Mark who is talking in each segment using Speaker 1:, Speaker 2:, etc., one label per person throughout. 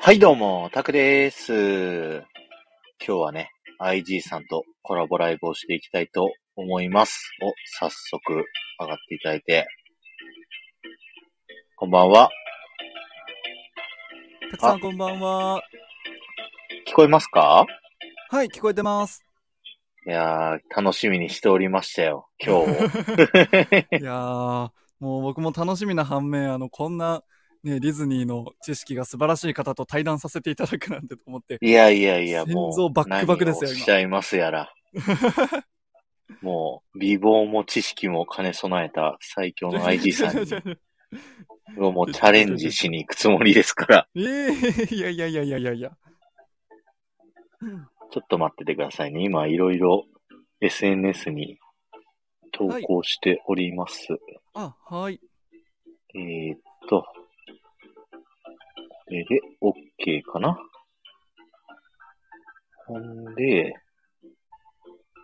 Speaker 1: はい、どうも、タクです。今日はね、IG さんとコラボライブをしていきたいと思います。お、早速、上がっていただいて。こんばんは。
Speaker 2: たくさ
Speaker 1: あ
Speaker 2: んこんばんは。
Speaker 1: 聞こえますか
Speaker 2: はい、聞こえてます。
Speaker 1: いやー、楽しみにしておりましたよ、今 日を。
Speaker 2: いやー、もう僕も楽しみな反面、あの、こんな、ね、ディズニーの知識が素晴らしい方と対談させていただくなんてと思って。
Speaker 1: いやいやいや、もう。
Speaker 2: 心臓バックバクですよ
Speaker 1: 何をおっしゃいますやら。もう、美貌も知識も兼ね備えた最強の IG さん
Speaker 2: 違う違う
Speaker 1: に、もうチャレンジしに行くつもりですから、
Speaker 2: 違う えー、いやいやいやいやいやいや。
Speaker 1: ちょっと待っててくださいね。今、いろいろ SNS に投稿しております。
Speaker 2: あ、はい。
Speaker 1: えー、っと、これで OK かな。ほんで、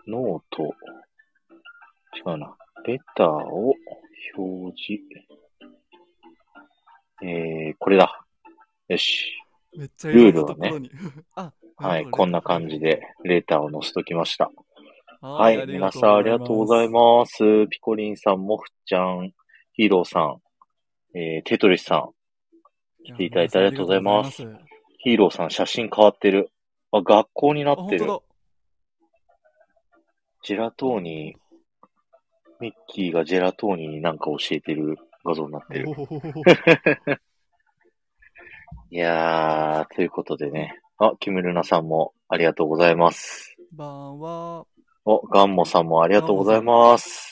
Speaker 1: ノート、違うな、レターを表示。えー、これだ。よし。
Speaker 2: めっちゃいろん
Speaker 1: ルー
Speaker 2: な
Speaker 1: ルを
Speaker 2: とこ
Speaker 1: ね
Speaker 2: ろに。 あ、
Speaker 1: はい、こんな感じ。でレターを載せときました。は、
Speaker 2: はい
Speaker 1: 皆さんありがとうございます。ピコリンさん、モフちゃん、ヒーローさん、えー、テトリスさん、
Speaker 2: す。
Speaker 1: 来ていただいてありがとうございます
Speaker 2: や。皆さんありがとうござい
Speaker 1: ヒーローさん写真変わってる。あ、学校にな
Speaker 2: あ、
Speaker 1: って
Speaker 2: 本当
Speaker 1: る。
Speaker 2: だ。
Speaker 1: ジェラトーニー、ミッキーがジェラトーニーになんか教えてる画像になってる。
Speaker 2: おー
Speaker 1: いやー、ということでね。あ、キムルナさんもありがとうございます。
Speaker 2: ばんは。
Speaker 1: お、ガンモさんもありがとうございます。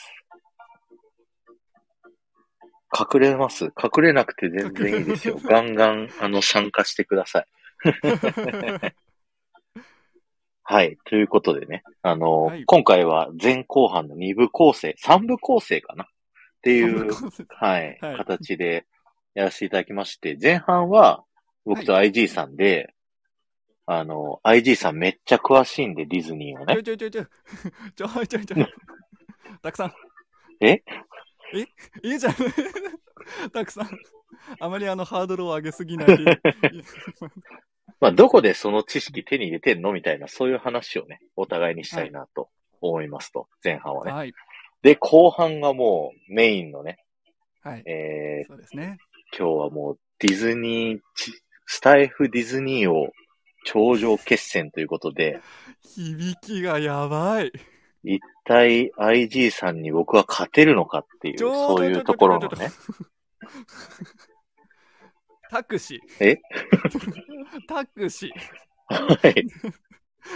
Speaker 1: 隠れます隠れなくて全然いいですよ。ガンガン、あの、参加してください。はい。ということでね。あの、
Speaker 2: はい
Speaker 1: 今回は前後半の2部構成、3部構成かなって いう、はい、
Speaker 2: はい
Speaker 1: 形でやらせていただきまして、前半は僕と IG さんで、あの、IG さんめっちゃ詳しいんで、ディズニーを
Speaker 2: ち
Speaker 1: ね
Speaker 2: ょ。い ちょいちょいちょい。ちょいちょいちょい。 たくさん。
Speaker 1: え
Speaker 2: えいいじゃん。 たくさん。あまりあのハードルを上げすぎない で。
Speaker 1: まあ、どこでその知識手に入れてんのみたいな、そういう話をね、お互いにしたいなと思いますと、前半はね。
Speaker 2: はい。
Speaker 1: で、後半がもうメインのね、
Speaker 2: はい。
Speaker 1: え
Speaker 2: そうですね。
Speaker 1: ー、今日はもうディズニーち、スタイフディズニーを頂上決戦ということで、
Speaker 2: 響きがやばい。
Speaker 1: 一体 IG さんに僕は勝てるのかっていう、
Speaker 2: ちょ
Speaker 1: そういうところのね。。
Speaker 2: タクシー。
Speaker 1: え
Speaker 2: タクシー。
Speaker 1: はい。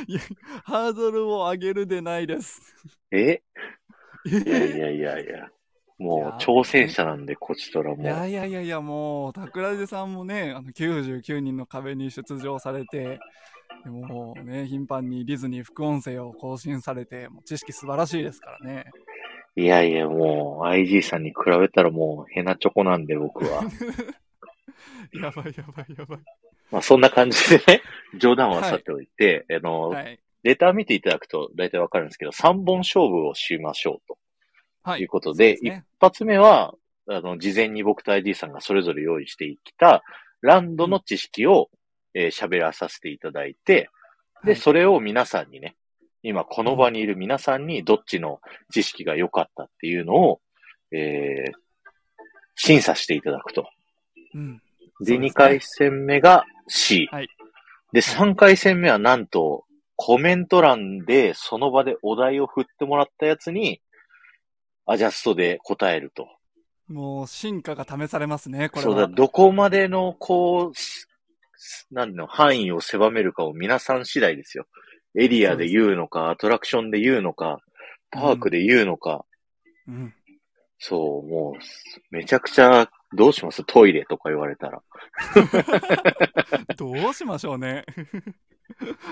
Speaker 2: いやハードルを上げるでないです。
Speaker 1: えいやいやい
Speaker 2: い
Speaker 1: やいや。
Speaker 2: いや
Speaker 1: もう挑戦者なんで、こちとらも
Speaker 2: や
Speaker 1: う。
Speaker 2: いやいやいや、もう、桜地さんもね、あの99人の壁に出場されて、でもうね、頻繁にディズニー副音声を更新されて、もう知識素晴らしいですからね。
Speaker 1: いやいや、もう IG さんに比べたらもうヘナチョコなんで僕は。
Speaker 2: やばいやばいやばい。
Speaker 1: まあそんな感じでね、 冗談はさておいて、あの、
Speaker 2: はい。
Speaker 1: レター見ていただくと大体わかるんですけど、3本勝負をしましょう
Speaker 2: は
Speaker 1: という
Speaker 2: い。
Speaker 1: ことで、
Speaker 2: そうですね
Speaker 1: 一発目は、あの、事前に僕と ID さんがそれぞれ用意してきたランドの知識を喋、えー喋らさせていただいて、で、
Speaker 2: はい
Speaker 1: それを皆さんにね、今この場にいる皆さんにどっちの知識が良かったっていうのを、えー、審査していただくと。
Speaker 2: うん。
Speaker 1: で、
Speaker 2: そうですね
Speaker 1: 2回戦目が C。
Speaker 2: はい
Speaker 1: で、3回戦目はなんと、コメント欄でその場でお題を振ってもらったやつに、アジャストで答えると。
Speaker 2: もう、進化が試されますね、これ
Speaker 1: そう
Speaker 2: は。
Speaker 1: だ、どこまでの、こうし、何の、範囲を狭めるかを皆さん次第ですよ。エリアで言うのか、アトラクションで言うのか、パークで言うのか、
Speaker 2: うん。
Speaker 1: そう、もう、めちゃくちゃ、どうしますトイレとか言われたら。
Speaker 2: どうしましょうね。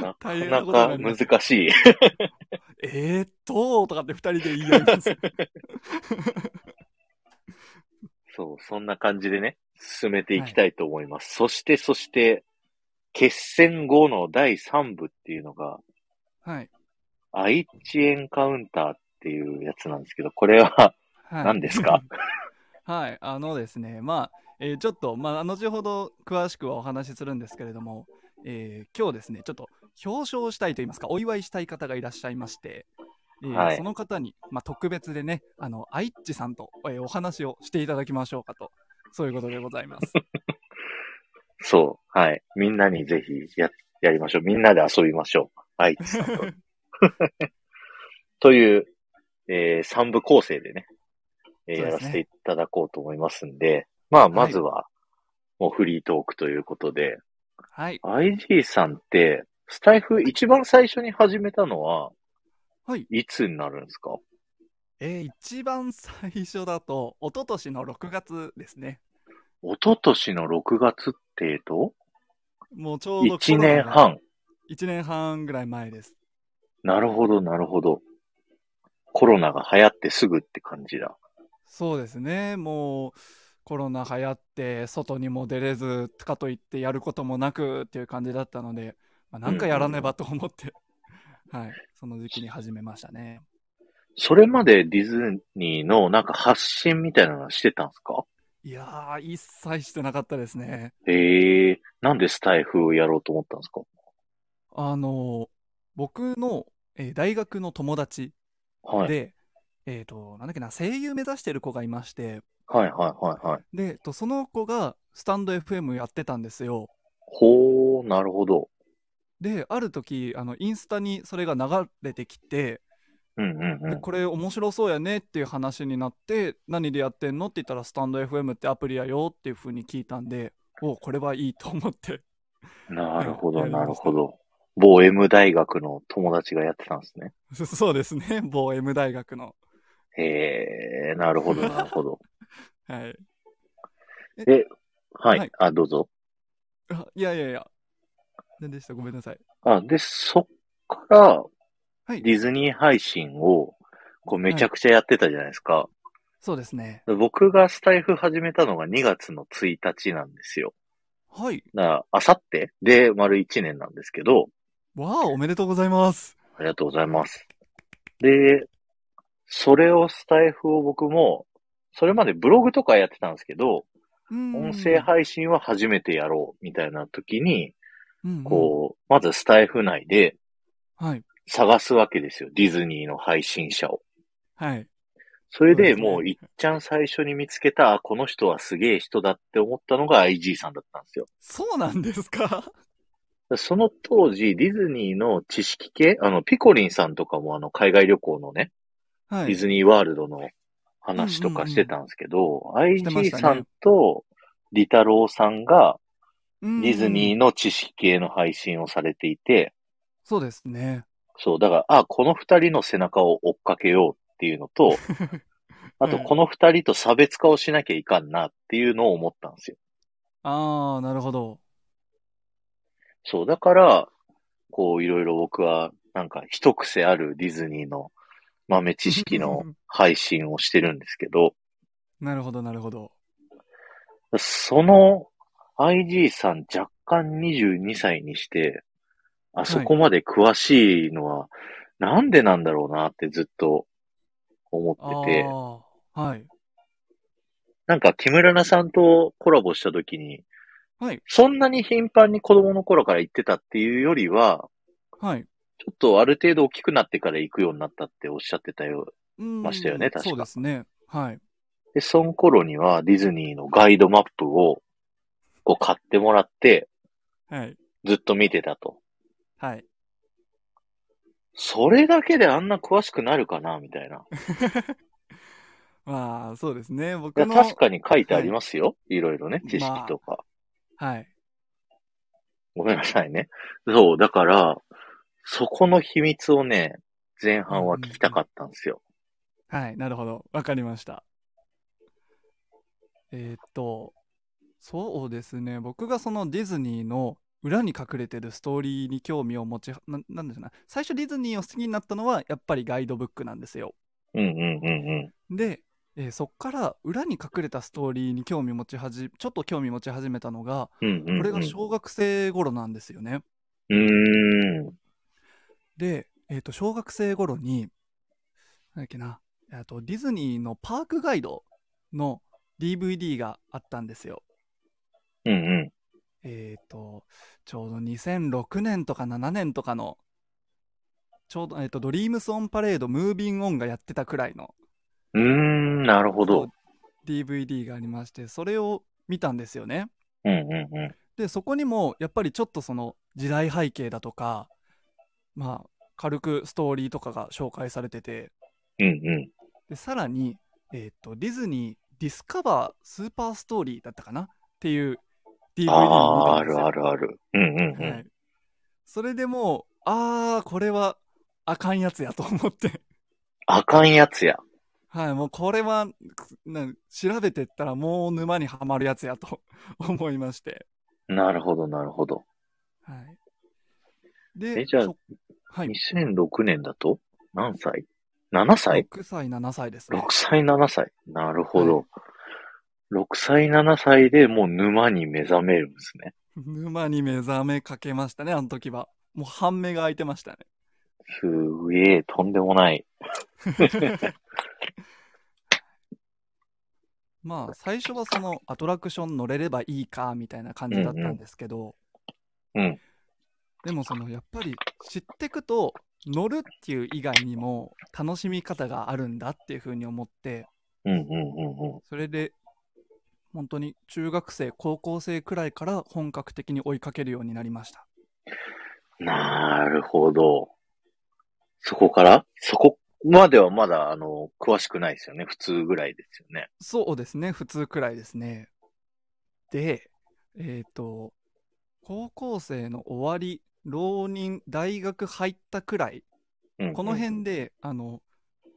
Speaker 1: なか
Speaker 2: 大変
Speaker 1: な
Speaker 2: なことに
Speaker 1: か
Speaker 2: なります
Speaker 1: 難しい。
Speaker 2: えーっと、とかって二人で言い合います。
Speaker 1: そう、そんな感じでね、進めていきたいと思います。そして、そして、決戦後の第3部っていうのが、
Speaker 2: はい。
Speaker 1: 愛知エンカウンターっていうやつなんですけど、これは、
Speaker 2: はい。
Speaker 1: 何ですか
Speaker 2: はい、あのですね、まあ、えーちょっと、まあ、後ほど詳しくはお話しするんですけれども、えー今日ですね、ちょっと表彰したいといいますか、お祝いしたい方がいらっしゃいまして、えー
Speaker 1: はい
Speaker 2: その方に、まあ、特別でね、あの、アイッチさんと、えーお話をしていただきましょうかと、そういうことでございます。
Speaker 1: そう。はい。みんなにぜひや、やりましょう。みんなで遊びましょう。はい。 という、えー、三部構成でね、えー
Speaker 2: そう
Speaker 1: や
Speaker 2: ですね
Speaker 1: らせていただこうと思いますんで、まあ、まずは、もうフリートークということで、
Speaker 2: はい。
Speaker 1: IG さんって、スタイフ一番最初に始めたのは、
Speaker 2: はい。
Speaker 1: いつになるんですか
Speaker 2: えー一番最初だと、一昨年の6月ですね。
Speaker 1: 一昨年の6月ってえと、
Speaker 2: もうちょうど
Speaker 1: 1年。半。
Speaker 2: 1年半ぐらい前です。
Speaker 1: なるほど、なるほど。コロナが流行ってすぐって感じだ。
Speaker 2: そうですね、もうコロナ流行って、外にも出れず、かといってやることもなくっていう感じだったので、まあ、なんかやらねばと思って、はい、その時期に始めましたね。
Speaker 1: それまでディズニーのなんか発信みたいなのしてたんですか
Speaker 2: いやー、一切してなかったですね。
Speaker 1: ええなんでスタイフをやろうと思ったんですか
Speaker 2: あの、僕の、えー大学の友達
Speaker 1: はい。
Speaker 2: で、えっ、と、なんだっけな、声優目指してる子がいまして、
Speaker 1: はいはいはいはい。
Speaker 2: で、えっとその子がスタンド FM やってたんですよ。
Speaker 1: ほー、なるほど。
Speaker 2: で、ある時、あの、インスタにそれが流れてきて、
Speaker 1: うんうんう
Speaker 2: で
Speaker 1: ん。
Speaker 2: これ面白そうやねっていう話になって何でやってんのって言ったらスタンド FM ってアプリやよっていう風に聞いたんでおうこれはいいと思って
Speaker 1: なるほど、
Speaker 2: やり
Speaker 1: な
Speaker 2: ました
Speaker 1: るほど。某 M 大学の友達がやってたんですね。
Speaker 2: そそうですね某 M 大学の
Speaker 1: ええなるほど、なるほど。
Speaker 2: はい
Speaker 1: はい、
Speaker 2: はい
Speaker 1: あ、どうぞ。
Speaker 2: あいやいやいや何でしたごめんなさい
Speaker 1: あ、で、そっから、
Speaker 2: はい
Speaker 1: ディズニー配信を、こう、めちゃくちゃやってたじゃないですか。
Speaker 2: そうですね
Speaker 1: 僕がスタイフ始めたのが2月の1日なんですよ。
Speaker 2: はい
Speaker 1: だから、あさってで丸1年なんですけど、
Speaker 2: わあおめでとうございます
Speaker 1: ありがとうございます。で、それをスタイフを僕も、それまでブログとかやってたんですけど、
Speaker 2: うーん
Speaker 1: 音声配信は初めてやろうみたいな時に、
Speaker 2: うんうん
Speaker 1: こう、まずスタイフ内で
Speaker 2: はい
Speaker 1: 探すわけですよ。ディズニーの配信者を。
Speaker 2: はい
Speaker 1: それで
Speaker 2: そうですね
Speaker 1: もういっちゃん最初に見つけた、あこの人はすげえ人だって思ったのが IG さんだったんですよ。
Speaker 2: そうなんですか
Speaker 1: その当時、ディズニーの知識系、あの、ピコリンさんとかもあの、海外旅行のね、
Speaker 2: は
Speaker 1: ディ
Speaker 2: い
Speaker 1: ズニーワールドの話とかしてたんですけど、
Speaker 2: してま
Speaker 1: IG
Speaker 2: したね
Speaker 1: さんとリタロウさんが
Speaker 2: デ
Speaker 1: ディズニー
Speaker 2: ー
Speaker 1: の知識系の配信をされていて、
Speaker 2: そうですね
Speaker 1: そう、だから、あ、この二人の背中を追っかけようっていうの と、あと、この二人と差別化をしなきゃいかんなっていうのを思ったんですよ。
Speaker 2: ああなるほど
Speaker 1: そう、だから、こう、いろいろ僕は、なんか、一癖あるディズニーの豆知識の配信をしてるんですけど、
Speaker 2: なるほどなるほど
Speaker 1: その IG さん若干22歳にして、あそこまで詳しいのは、なんでなんだろうなってずっと思
Speaker 2: あ
Speaker 1: ってて、
Speaker 2: あはい
Speaker 1: なんか木村菜さんとコラボした時に、
Speaker 2: はい
Speaker 1: そんなに頻繁に子供の頃から行ってたっていうよりは、
Speaker 2: はい
Speaker 1: ちょっとある程度大きくなってから行くようになったっておっしゃってたよ
Speaker 2: ま
Speaker 1: したよね確か
Speaker 2: そうですね。はい。
Speaker 1: で、その頃にはディズニーのガイドマップをこう買ってもらって
Speaker 2: はい。
Speaker 1: ずっと見てたと。
Speaker 2: はい。
Speaker 1: それだけであんな詳しくなるかなみたいな。
Speaker 2: まあ、そうですね。僕
Speaker 1: いや
Speaker 2: の。
Speaker 1: 確かに書いてありますよ。い、ろいろね、知識とか。
Speaker 2: はい。
Speaker 1: ごめんなさいね。そう、だから、そこの秘密をね、前半は聞きたかったんですよ。
Speaker 2: はい。なるほど。わかりました。えーっと、そうですね。僕がそのディズニーの裏に隠れてるストーリーに興味を持ち、ななんでしょうな。最初ディズニーを好きになったのは、やっぱりガイドブックなんですよ。
Speaker 1: うんうんうん
Speaker 2: で、えーそっから裏に隠れたストーリーに興味持ち始め、ちょっと興味持ち始めたのが、
Speaker 1: うん。うんうん、うん。
Speaker 2: これが小学生頃なんですよね。
Speaker 1: うーん。
Speaker 2: で、えー、と小学生頃になんだっけなえーとディズニーのパークガイドの DVD があったんですよ。
Speaker 1: うんうん。
Speaker 2: えっ、と、ちょうど2006年とか7年とかの、ちょうど、えっ、と、ドリームスオンパレード、ムービングオンがやってたくらいの
Speaker 1: うーん、なるほど。
Speaker 2: DVD がありまして、それを見たんですよね。
Speaker 1: うんうんうん。
Speaker 2: で、そこにも、やっぱりちょっとその時代背景だとか、まあ、軽くストーリーとかが紹介されてて、
Speaker 1: うんうん。
Speaker 2: で、さらに、えっ、と、ディズニーディスカバースーパーストーリーだったかなっていう DVD を見
Speaker 1: ああー、
Speaker 2: た
Speaker 1: あ
Speaker 2: んです
Speaker 1: る
Speaker 2: よ。
Speaker 1: あるある。うんうんう
Speaker 2: は
Speaker 1: ん。
Speaker 2: い、それでもうああこれはあかんやつやと思って
Speaker 1: あかんやつや。
Speaker 2: はいもうこれはくな調べてったらもう沼にはまるやつやと 思いまして、
Speaker 1: なるほど、なるほど。
Speaker 2: はい、
Speaker 1: え
Speaker 2: で
Speaker 1: じゃあ
Speaker 2: そはい、
Speaker 1: 2006年だと何歳 ?7 歳
Speaker 2: 6歳7歳ですね
Speaker 1: ?6 歳、7歳。なるほど。6歳、7歳でもう沼に目覚めるんですね。
Speaker 2: 沼に目覚めかけましたねあの時はもう半目が開いてましたね
Speaker 1: すげえ、とんでもない。
Speaker 2: まあ最初はそのアトラクション乗れればいいかみたいな感じだったんですけど、
Speaker 1: うんうん
Speaker 2: でもそのやっぱり知ってくと乗るっていう以外にも楽しみ方があるんだっていうふうに思って
Speaker 1: うんうんうんうん。
Speaker 2: それで本当に中学生高校生くらいから本格的に追いかけるようになりました
Speaker 1: なるほど。そこからそこまではまだ、あの、詳しくないですよね。普通ぐらいですよね。
Speaker 2: そうですね普通くらいですねでえっ、と高校生の終わり浪人大学入ったくらい
Speaker 1: うんうん
Speaker 2: この辺で、あの、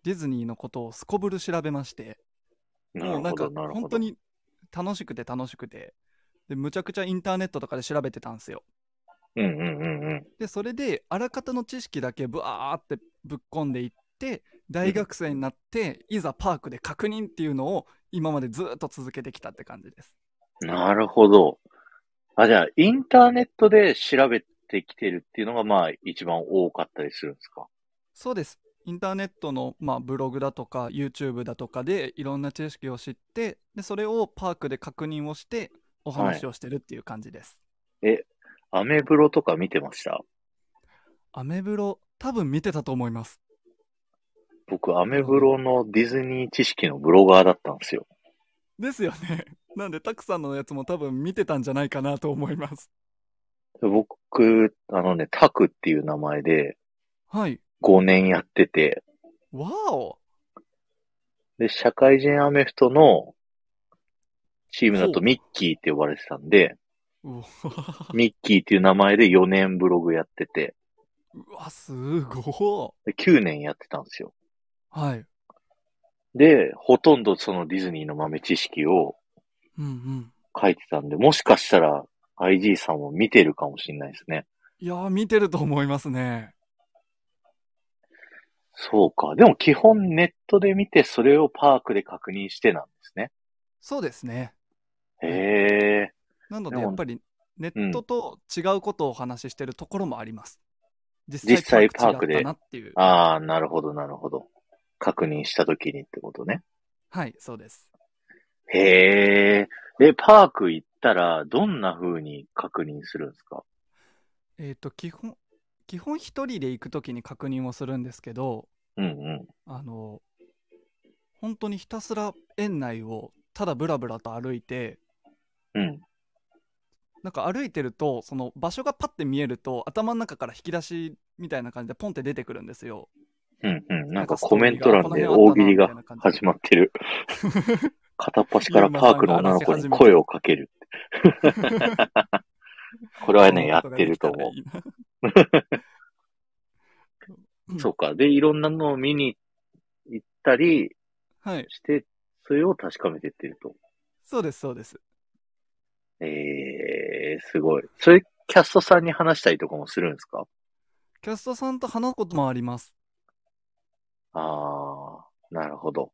Speaker 2: ディズニーのことをすこぶる調べまして、
Speaker 1: なる
Speaker 2: なん
Speaker 1: ほ
Speaker 2: か
Speaker 1: ど、なるほ
Speaker 2: 本
Speaker 1: ど
Speaker 2: 当。に楽しくて楽しくて、で、むちゃくちゃインターネットとかで調べてたんですよ。
Speaker 1: うんうんうんうん。
Speaker 2: で、それで、あらかたの知識だけぶわーってぶっ込んでいって、大学生になって、いざパークで確認っていうのを、今までずーっと続けてきたって感じです。
Speaker 1: なるほど。あ、じゃあ、インターネットで調べてきてるっていうのが、まあ、一番多かったりするんですか
Speaker 2: そうです。インターネットの、まあ、ブログだとか YouTube だとかでいろんな知識を知ってでそれをパークで確認をしてお話をしてるっていう感じです。
Speaker 1: アメブロとか見てました
Speaker 2: アメブロ、多分見てたと思います。
Speaker 1: 僕、アメブロのディズニー知識のブロガーだったんですよ。
Speaker 2: ですよね。なんで、たくさんのやつも多分見てたんじゃないかなと思います。
Speaker 1: 僕、あのね、タクっていう名前で
Speaker 2: はい。
Speaker 1: 5年やってて、
Speaker 2: わお
Speaker 1: で、社会人アメフトのチームだと
Speaker 2: ほう
Speaker 1: ミッキーって呼ばれてたんで、
Speaker 2: うわ
Speaker 1: ミッキーっていう名前で4年ブログやってて、
Speaker 2: うわ、すご
Speaker 1: で9年やってたんですよ。
Speaker 2: い。はい。
Speaker 1: で、ほとんどそのディズニーの豆知識を
Speaker 2: うんうん。
Speaker 1: 書いてたんで、もしかしたら IG さんも見てるかもしれないですね。
Speaker 2: いやー、見てると思いますね。
Speaker 1: そうか。でも基本ネットで見て、それをパークで確認してなんですね。
Speaker 2: そうですね。
Speaker 1: へえ。
Speaker 2: なので、
Speaker 1: でも
Speaker 2: やっぱり、ネットと違うことをお話ししてるところもあります。
Speaker 1: 実際パーク
Speaker 2: 違
Speaker 1: で
Speaker 2: ったなっていう。
Speaker 1: ああ、なるほど、なるほど。確認した時にってことね。
Speaker 2: はい、そうです。
Speaker 1: へえ。で、パーク行ったら、どんな風に確認するんですか
Speaker 2: えっ、と、基本、基本一人で行くときに確認をするんですけど、
Speaker 1: うんうん。
Speaker 2: あの本当にひたすら園内をただブラブラと歩いて
Speaker 1: うん。
Speaker 2: なんか歩いてるとその場所がパッて見えると頭の中から引き出しみたいな感じでポンって出てくるんですよ。
Speaker 1: うんうん。
Speaker 2: な
Speaker 1: なんん
Speaker 2: か
Speaker 1: か
Speaker 2: スト
Speaker 1: コ
Speaker 2: ー
Speaker 1: メン
Speaker 2: リー
Speaker 1: ト
Speaker 2: が
Speaker 1: 欄で大喜利が始まって る。片っ端からパークの女の子に声をかけ る。これはね、やってると思う。そうか。で、いろんなのを見に行ったり
Speaker 2: う。はい、
Speaker 1: して、それを確かめてってると。
Speaker 2: そうですそうです。
Speaker 1: ええー、すごい。それ、キャストさんに話したりとかもするんですか
Speaker 2: キャストさんと話すこともあります。
Speaker 1: ああ、なるほど。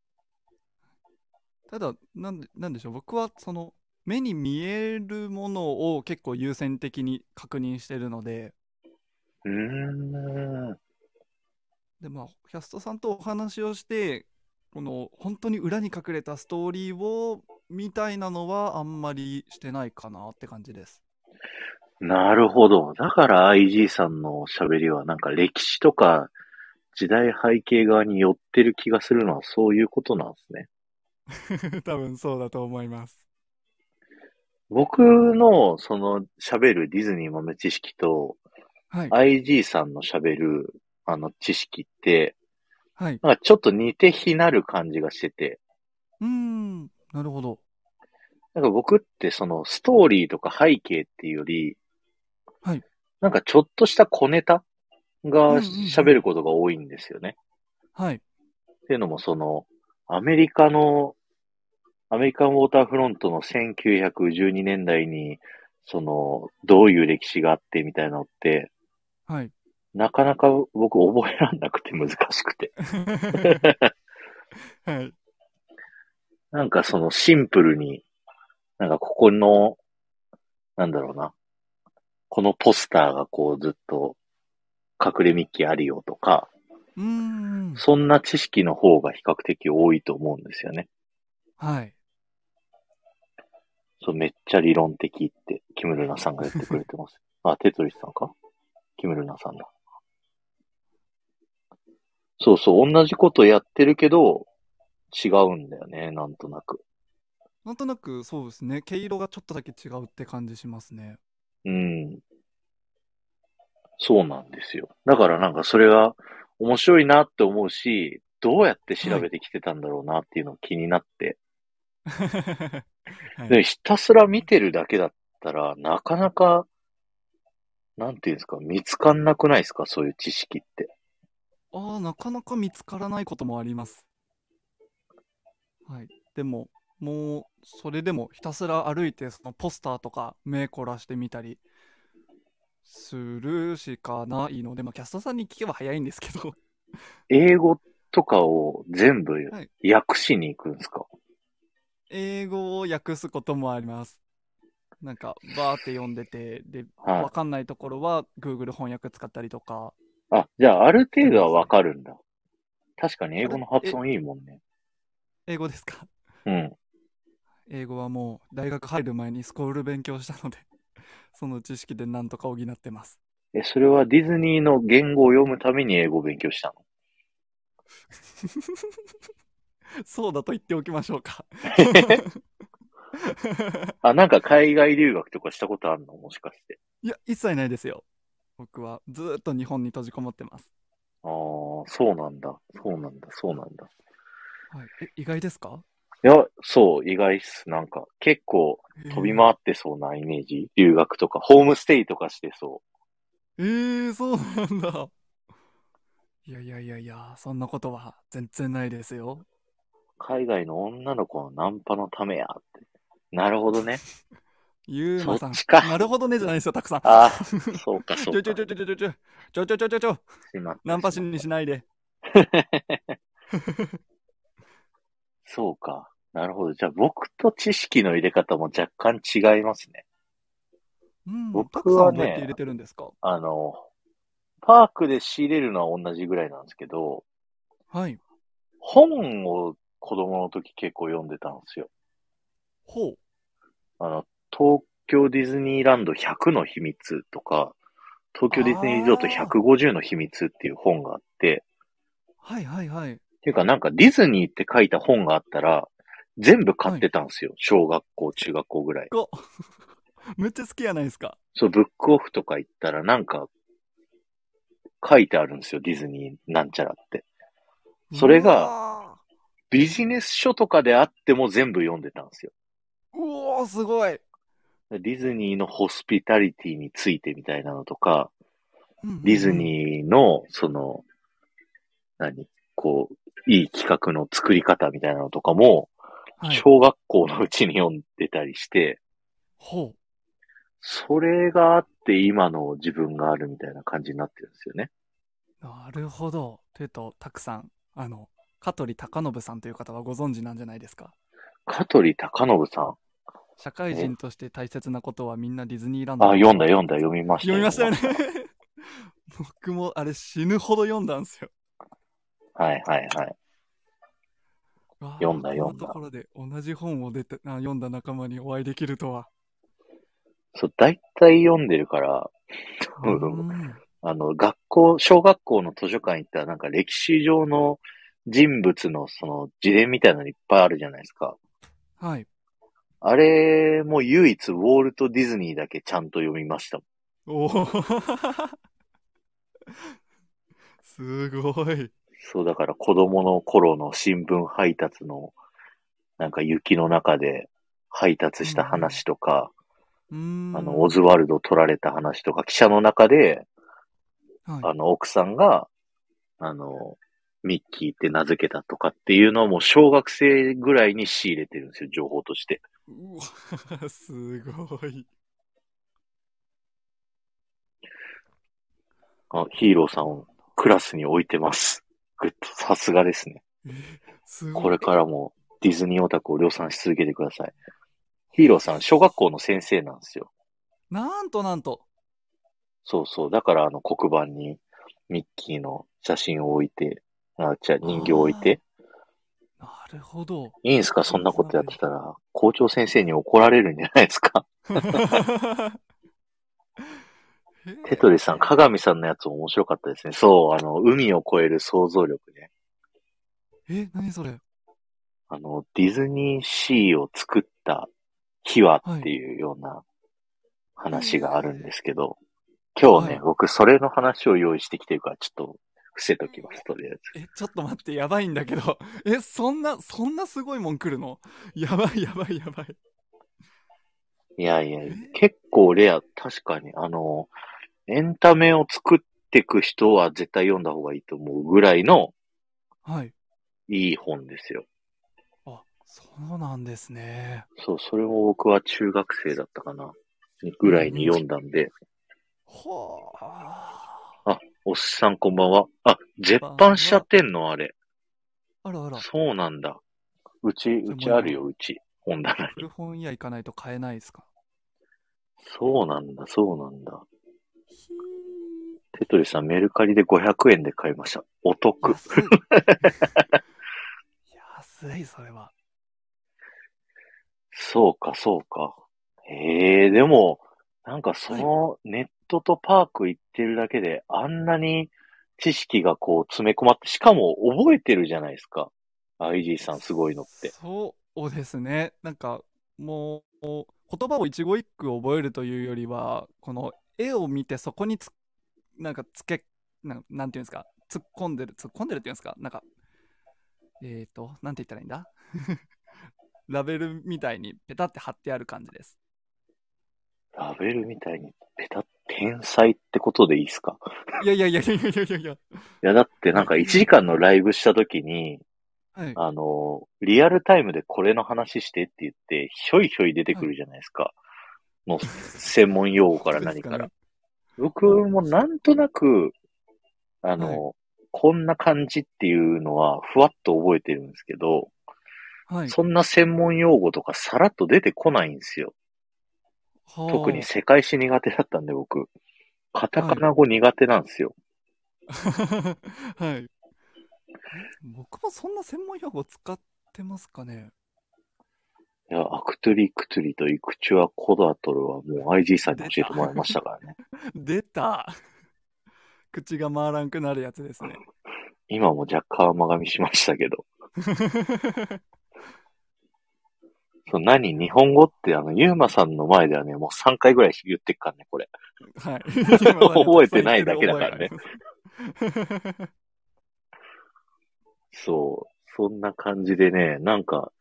Speaker 2: ただなんでなんでしょう僕はその目に見えるものを結構優先的に確認してるので。
Speaker 1: うーん。
Speaker 2: でまあキャストさんとお話をしてこの本当に裏に隠れたストーリーをみたいなのはあんまりしてないかなって感じです。
Speaker 1: なるほど。だから IG さんの喋りはなんか歴史とか時代背景側に寄ってる気がするのはそういうことなんですね。
Speaker 2: 多分そうだと思います。
Speaker 1: 僕のその喋るディズニー豆知識と
Speaker 2: はい。
Speaker 1: IG さんの喋るあの知識って
Speaker 2: はい。
Speaker 1: なんかちょっと似て非なる感じがしてて、
Speaker 2: うーん。なるほど。
Speaker 1: なんか僕ってそのストーリーとか背景っていうより、
Speaker 2: はい。
Speaker 1: なんかちょっとした小ネタ
Speaker 2: うんうんう
Speaker 1: が
Speaker 2: ん
Speaker 1: 喋ることが多いんですよね。
Speaker 2: はい。
Speaker 1: っていうのもその、アメリカの、アメリカンウォーターフロントの1912年代に、その、どういう歴史があってみたいなのって、
Speaker 2: はい。
Speaker 1: なかなか僕覚えらんなくて難しくて。
Speaker 2: はい。
Speaker 1: なんかそのシンプルに、なんかここの、なんだろうな、このポスターがこうずっと隠れミッキーあるよとか、
Speaker 2: うーん。
Speaker 1: そんな知識の方が比較的多いと思うんですよね。
Speaker 2: はい。
Speaker 1: そう、めっちゃ理論的って、キムルナさんが言ってくれてます。あ、テトリスさんかキムルナさんだ。そうそう、同じことやってるけど、違うんだよね、なんとなく。
Speaker 2: なんとなくそうですね。毛色がちょっとだけ違うって感じします ね。
Speaker 1: うん。そうなんですよ。だからなんかそれが面白いなって思うし、どうやって調べてきてたんだろうなっていうのが気になって。
Speaker 2: はい
Speaker 1: で、ひたすら見てるだけだったら、なかなか、なんていうんですか、見つかんなくないですかそういう知識って。
Speaker 2: ああ、なかなか見つからないこともあります。はい。でも、もう、それでもひたすら歩いて、そのポスターとか目凝らしてみたりするしかないので、まあ、キャストさんに聞けば早いんですけど、
Speaker 1: 英語とかを全部
Speaker 2: はい
Speaker 1: 訳しに行くんですか、
Speaker 2: 英語を訳すこともあります。なんか、バーって読んでて、で、
Speaker 1: はい
Speaker 2: わかんないところは Google 翻訳使ったりとか、
Speaker 1: あ、じゃあある程度はわかるんだ。確かに英語の発音いいもんね。
Speaker 2: 英語ですか
Speaker 1: うん。
Speaker 2: 英語はもう大学入る前にスコール勉強したので、その知識でなんとか補ってます。
Speaker 1: え、それはディズニーの言語を読むために英語を勉強したの
Speaker 2: そうだと言っておきましょうか。
Speaker 1: あ、なんか海外留学とかしたことあるのもしかして。
Speaker 2: いや、一切ないですよ。僕はずーっと日本に閉じこもってます。
Speaker 1: ああ、そうなんだ。そうなんだ。そうなんだ。
Speaker 2: はい、え意外ですか
Speaker 1: いや、そう、意外っす。なんか、結構飛び
Speaker 2: ま
Speaker 1: 回ってそうなイメージ。留学とか、ホームステイとかしてそ
Speaker 2: えー、えーそうなんだ。いやいやいやいや、そんなことは全然ないですよ。
Speaker 1: う。海外の女の子のナンパのためやって。なるほどね。
Speaker 2: ゆうまさん。
Speaker 1: そっちか
Speaker 2: なるほどねじゃないですよ、たくさん。
Speaker 1: ああ、そうか、そ
Speaker 2: ちょ
Speaker 1: う
Speaker 2: いちょ
Speaker 1: か。
Speaker 2: いちょいちょいちょいちょいちょいちょいちょいちょいちょい
Speaker 1: しまった
Speaker 2: ナンパしにしないで。
Speaker 1: そうか。なるほど。じゃあ僕と知識の入れ方も若干違いますね。
Speaker 2: うん、
Speaker 1: 僕
Speaker 2: たくさん
Speaker 1: は
Speaker 2: は
Speaker 1: ね
Speaker 2: どうやって入れてるんですか
Speaker 1: あの、パークで仕入れるのは同じぐらいなんですけど、
Speaker 2: はい。
Speaker 1: 本を子供の時結構読んでたんですよ。
Speaker 2: ほう。
Speaker 1: あの、東京ディズニーランド100の秘密とか、東京ディズニーリゾート150の秘密っていう本があって、
Speaker 2: はいはいはい。
Speaker 1: っていうかなんかディズニーって書いた本があったら、全部買ってたんですよ。小学校、中学校ぐらい。
Speaker 2: こ めっちゃ好きやないですか。
Speaker 1: そう、ブックオフとか行ったらなんか、書いてあるんですよ、ディズニーなんちゃらって。それ
Speaker 2: が。
Speaker 1: ビジネス書とかであっても全部読んでたんですよ。
Speaker 2: うおー、すごい。
Speaker 1: ディズニーのホスピタリティについてみたいなのとか、ディズ
Speaker 2: ー。
Speaker 1: ニーの、その、何こう、いい企画の作り方みたいなのとかも、
Speaker 2: はい、
Speaker 1: 小学校のうちに読んでたりして、
Speaker 2: ほう。
Speaker 1: それがあって今の自分があるみたいな感じになってるんですよね。
Speaker 2: なるほど。というと、たくさん、あの、香取高信さんという方はご存知なんじゃないですか。
Speaker 1: 香取高信さん。
Speaker 2: 社会人として大切なことはみんなディズニーランド
Speaker 1: あ、読んだ読んだ読みました。
Speaker 2: 読みましたよね。僕もあれ死ぬほど読んだんですよ。
Speaker 1: はいはいはい。
Speaker 2: わあ
Speaker 1: 読んだ読んだ
Speaker 2: こなところで同じ本を出てあ読んだ仲間にお会いできるとは。
Speaker 1: そう、大体読んでるから、うん
Speaker 2: うん
Speaker 1: あの、学校、小学校の図書館行ったらなんか歴史上の人物のその事例みたいなのいっぱいあるじゃないですか。
Speaker 2: はい。
Speaker 1: あれも唯一ウォルト・ディズニーだけちゃんと読みましたもん。
Speaker 2: おお。 すごい。
Speaker 1: そう、だから子供の頃の新聞配達の、なんか雪の中で配達した話とか、
Speaker 2: うーん。
Speaker 1: あの、オズワルド取られた話とか、記者の中で、
Speaker 2: は
Speaker 1: あの、奥さんが、あの、ミッキーって名付けたとかっていうのはもう小学生ぐらいに仕入れてるんですよ、情報として。
Speaker 2: い。うわすごい。
Speaker 1: あヒーローさんをクラスに置いてます。グッと、さすがですね。
Speaker 2: えすごい。
Speaker 1: これからもディズニーオタクを量産し続けてください。ヒーローさん、小学校の先生なんですよ。
Speaker 2: なんとなんと。
Speaker 1: そうそう。だから、あの、黒板にミッキーの写真を置いて、あ、じゃあ人形を置いて、
Speaker 2: なるほ ど。
Speaker 1: いいんすかそんなことやってたら、校長先生に怒られるんじゃないですか テトリさん、
Speaker 2: か。
Speaker 1: 鏡さんのやつも面白かったですね。そう、あの、海を越える想像力ね。
Speaker 2: え、何それ。
Speaker 1: あの、ディズニーシーを作った秘話っていうような話があるんですけど、今日ね、
Speaker 2: はい
Speaker 1: 僕それの話を用意してきてるから、ちょっと伏せときます、とりあえず。
Speaker 2: え、ちょっと待って、やばいんだけど。え、そんな、そんなすごいもん来るのやばいやばいやばい。
Speaker 1: いやいや
Speaker 2: え、
Speaker 1: 結構レア、確かに、あの、エンタメを作っていく人は絶対読んだ方がいいと思うぐらいの
Speaker 2: はい。
Speaker 1: いい本ですよ。
Speaker 2: あ、そうなんですね。
Speaker 1: そう、それも僕は中学生だったかな、ぐらいに読んだんで、
Speaker 2: ほあ。
Speaker 1: おっさんこんばんは。あ、絶版しちゃってんのあれ。
Speaker 2: あらあら。
Speaker 1: そうなんだ。うち、うちあるよ、うち。本棚に。
Speaker 2: 古本屋行かないと買えないですか
Speaker 1: そうなんだ、そうなんだ。
Speaker 2: ひ
Speaker 1: テトリさん、メルカリで500円で買いました。お得。
Speaker 2: 安い。安い、それは。
Speaker 1: そうか、そうか。ええでも、なんかそのネットとパーク行ってるだけで、あんなに知識がこう詰め込まって、しかも覚えてるじゃないですか。IG さんすごいのって。
Speaker 2: そうですね。なんか、もう、言葉を一語一句覚えるというよりは、この絵を見てそこにつ、なんかつけ、なんなんていうんですか、突っ込んでる、突っ込んでるっていうんですか、なんか、えっ、ー、と、なんて言ったらいいんだラベルみたいにペタって貼ってある感じです。
Speaker 1: ラベルみたいにペタッ、天才ってことでいいですか
Speaker 2: いやいやいやいやいやいやいや。
Speaker 1: いや、だってなんか1時間のライブした時に、
Speaker 2: はい。
Speaker 1: あの、リアルタイムでこれの話してって言って、ひょいひょい出てくるじゃないですか。もう、専門用語から何から。僕もなんとなく、あの、こんな感じっていうのは、ふわっと覚えてるんですけど、
Speaker 2: はい。
Speaker 1: そんな専門用語とかさらっと出てこないんですよ。特に世界史苦手だったんで、僕。カタカナ語苦手なんですよ。
Speaker 2: はい。僕もそんな専門用語使ってますかね。
Speaker 1: い、や、アクトゥリ、クトゥリとイクチュア・コダトルはもう IG さんに教えてもらいましたからね。
Speaker 2: 出た 口が回らんくなるやつ ですね。
Speaker 1: 今も若干甘噛みしましたけど。そう何日本語ってあの、ユーマさんの前ではね、もう3回ぐらい言ってっからね、これ。
Speaker 2: はい。
Speaker 1: 覚えてないだけだからねそう。そんな感じでね、なんか、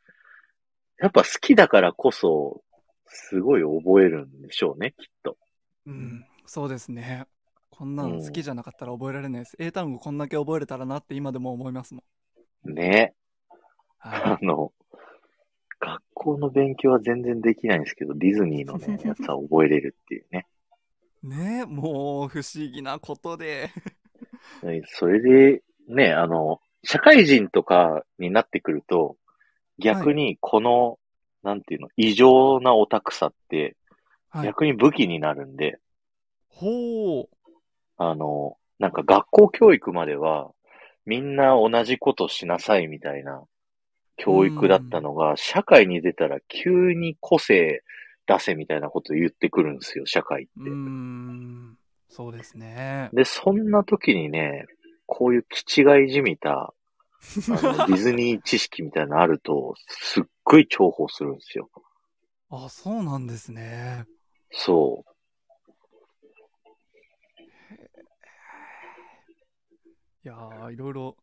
Speaker 1: やっぱ好きだからこそ、すごい覚えるんでしょうね、きっと。
Speaker 2: うん、そうですね。こんなの好きじゃなかったら覚えられないです。英単語こんだけ覚えれたらなって今でも思いますもん。
Speaker 1: ね。
Speaker 2: は
Speaker 1: あの、学校の勉強は全然できないんですけど、ディズニーのね、やつは覚えれるっていうね。
Speaker 2: い、 ねえ、もう不思議なことで。
Speaker 1: それで、ね、あの、社会人とかになってくると、逆にこの、なんていうの、異常なオタクさって、
Speaker 2: はい、
Speaker 1: 逆に武器になるんで、
Speaker 2: ほう。
Speaker 1: あの、なんか学校教育までは、みんな同じことしなさいみたいな教育だったのが、社会に出たら急に個性出せみたいなこと言ってくるんですよ、社会
Speaker 2: う
Speaker 1: っ
Speaker 2: ーん。そうですね
Speaker 1: て。。で、そんな時にね、こういう気違いじみた、あ のディズニー知識みたいなのあると、すっごい重宝するんですよ。
Speaker 2: あ、そうなんですね。
Speaker 1: そ
Speaker 2: いやー、いろいろ、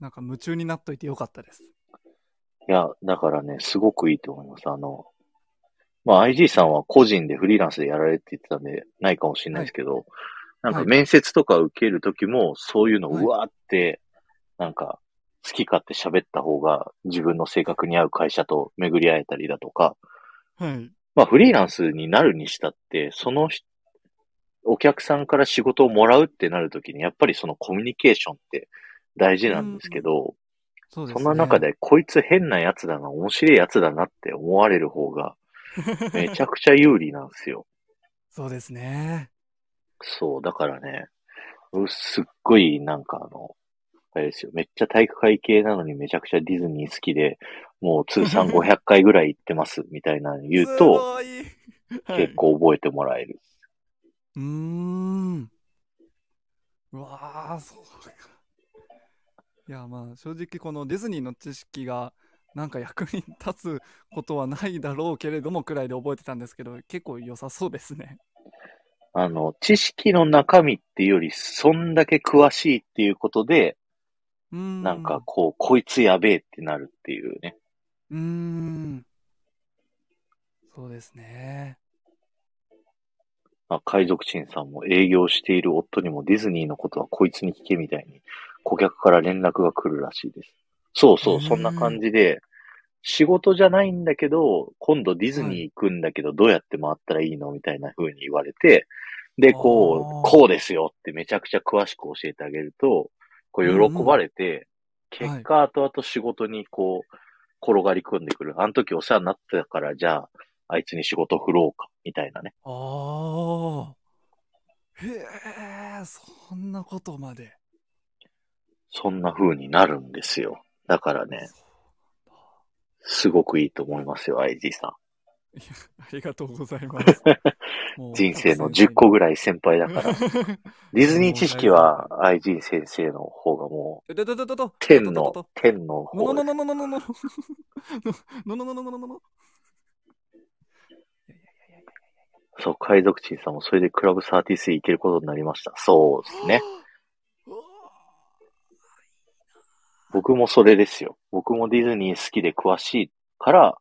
Speaker 2: なんか夢中になっといてよかったです。
Speaker 1: う。いや、だからね、すごくいいと思います。あの、まあ、IG さんは個人でフリーランスでやられるって言ってたんで、ないかもしれないですけど、なん
Speaker 2: は
Speaker 1: か
Speaker 2: い
Speaker 1: 面接とか受けるときも、そういうの
Speaker 2: はいう
Speaker 1: わーって、なんか、好き勝手喋った方が自分の性格に合う会社と巡り合えたりだとか、
Speaker 2: はい。
Speaker 1: まあフリーランスになるにしたって、その人お客さんから仕事をもらうってなるときに、やっぱりそのコミュニケーションって大事なんですけど、
Speaker 2: そうです
Speaker 1: そ
Speaker 2: ね。
Speaker 1: んな中。でこいつ変なやつだな、面白いやつだなって思われる方がめちゃくちゃ有利なんですよ。
Speaker 2: そうですね。
Speaker 1: そう、だからね、うすっごいなんかあの、あれですよ、めっちゃ体育会系なのにめちゃくちゃディズニー好きで、もう通算500回 ぐらい行ってますみたいなの言う
Speaker 2: す
Speaker 1: と、
Speaker 2: ごい、はい
Speaker 1: 結。構覚えてもらえる。
Speaker 2: うーん。うわー、そうか。いや、まあ、正直、このディズニーの知識が、なんか役に立つことはないだろうけれども、くらいで覚えてたんですけど、結構良さそうですね。
Speaker 1: あの、知識の中身っていうより、そんだけ詳しいっていうことで、
Speaker 2: うーん。
Speaker 1: なんかこう、こいつやべえってなるっていうね。
Speaker 2: うーん。そうですね。
Speaker 1: まあ、海賊人さんも営業している夫にもディズニーのことはこいつに聞けみたいに、顧客から連絡が来るらしいです。そうそうう、
Speaker 2: ん
Speaker 1: そんな感じで、仕事じゃないんだけど、今度ディズニー行くんだけど、どうやって回ったらいいのみたいな風に言われて、で、こう、
Speaker 2: あー
Speaker 1: こうですよってめちゃくちゃ詳しく教えてあげると、こう喜ばれて、
Speaker 2: うんうん
Speaker 1: 結果後々仕事にこう、転がり込んでくる。あの時お世話になってたから、じゃあ、あいつに仕事振ろうか、みたいなね。
Speaker 2: ああ。へえ、そんなことまで。
Speaker 1: そんな風になるんですよ。だからね、
Speaker 2: そう
Speaker 1: すごくいいと思いますよ、IG さん。
Speaker 2: ありがとうございます。もう
Speaker 1: 人生の10個ぐらい先輩だから。ディズニー知識は IG 先生の方がも
Speaker 2: えととととと
Speaker 1: う、天の、天の
Speaker 2: の
Speaker 1: 方
Speaker 2: の
Speaker 1: です。
Speaker 2: のののののののののののののの
Speaker 1: そう、海賊人さんもそれでクラブ33行けることになりました。そうですね。
Speaker 2: うわ
Speaker 1: 僕もそれですよ。僕もディズニー好きで詳しいから、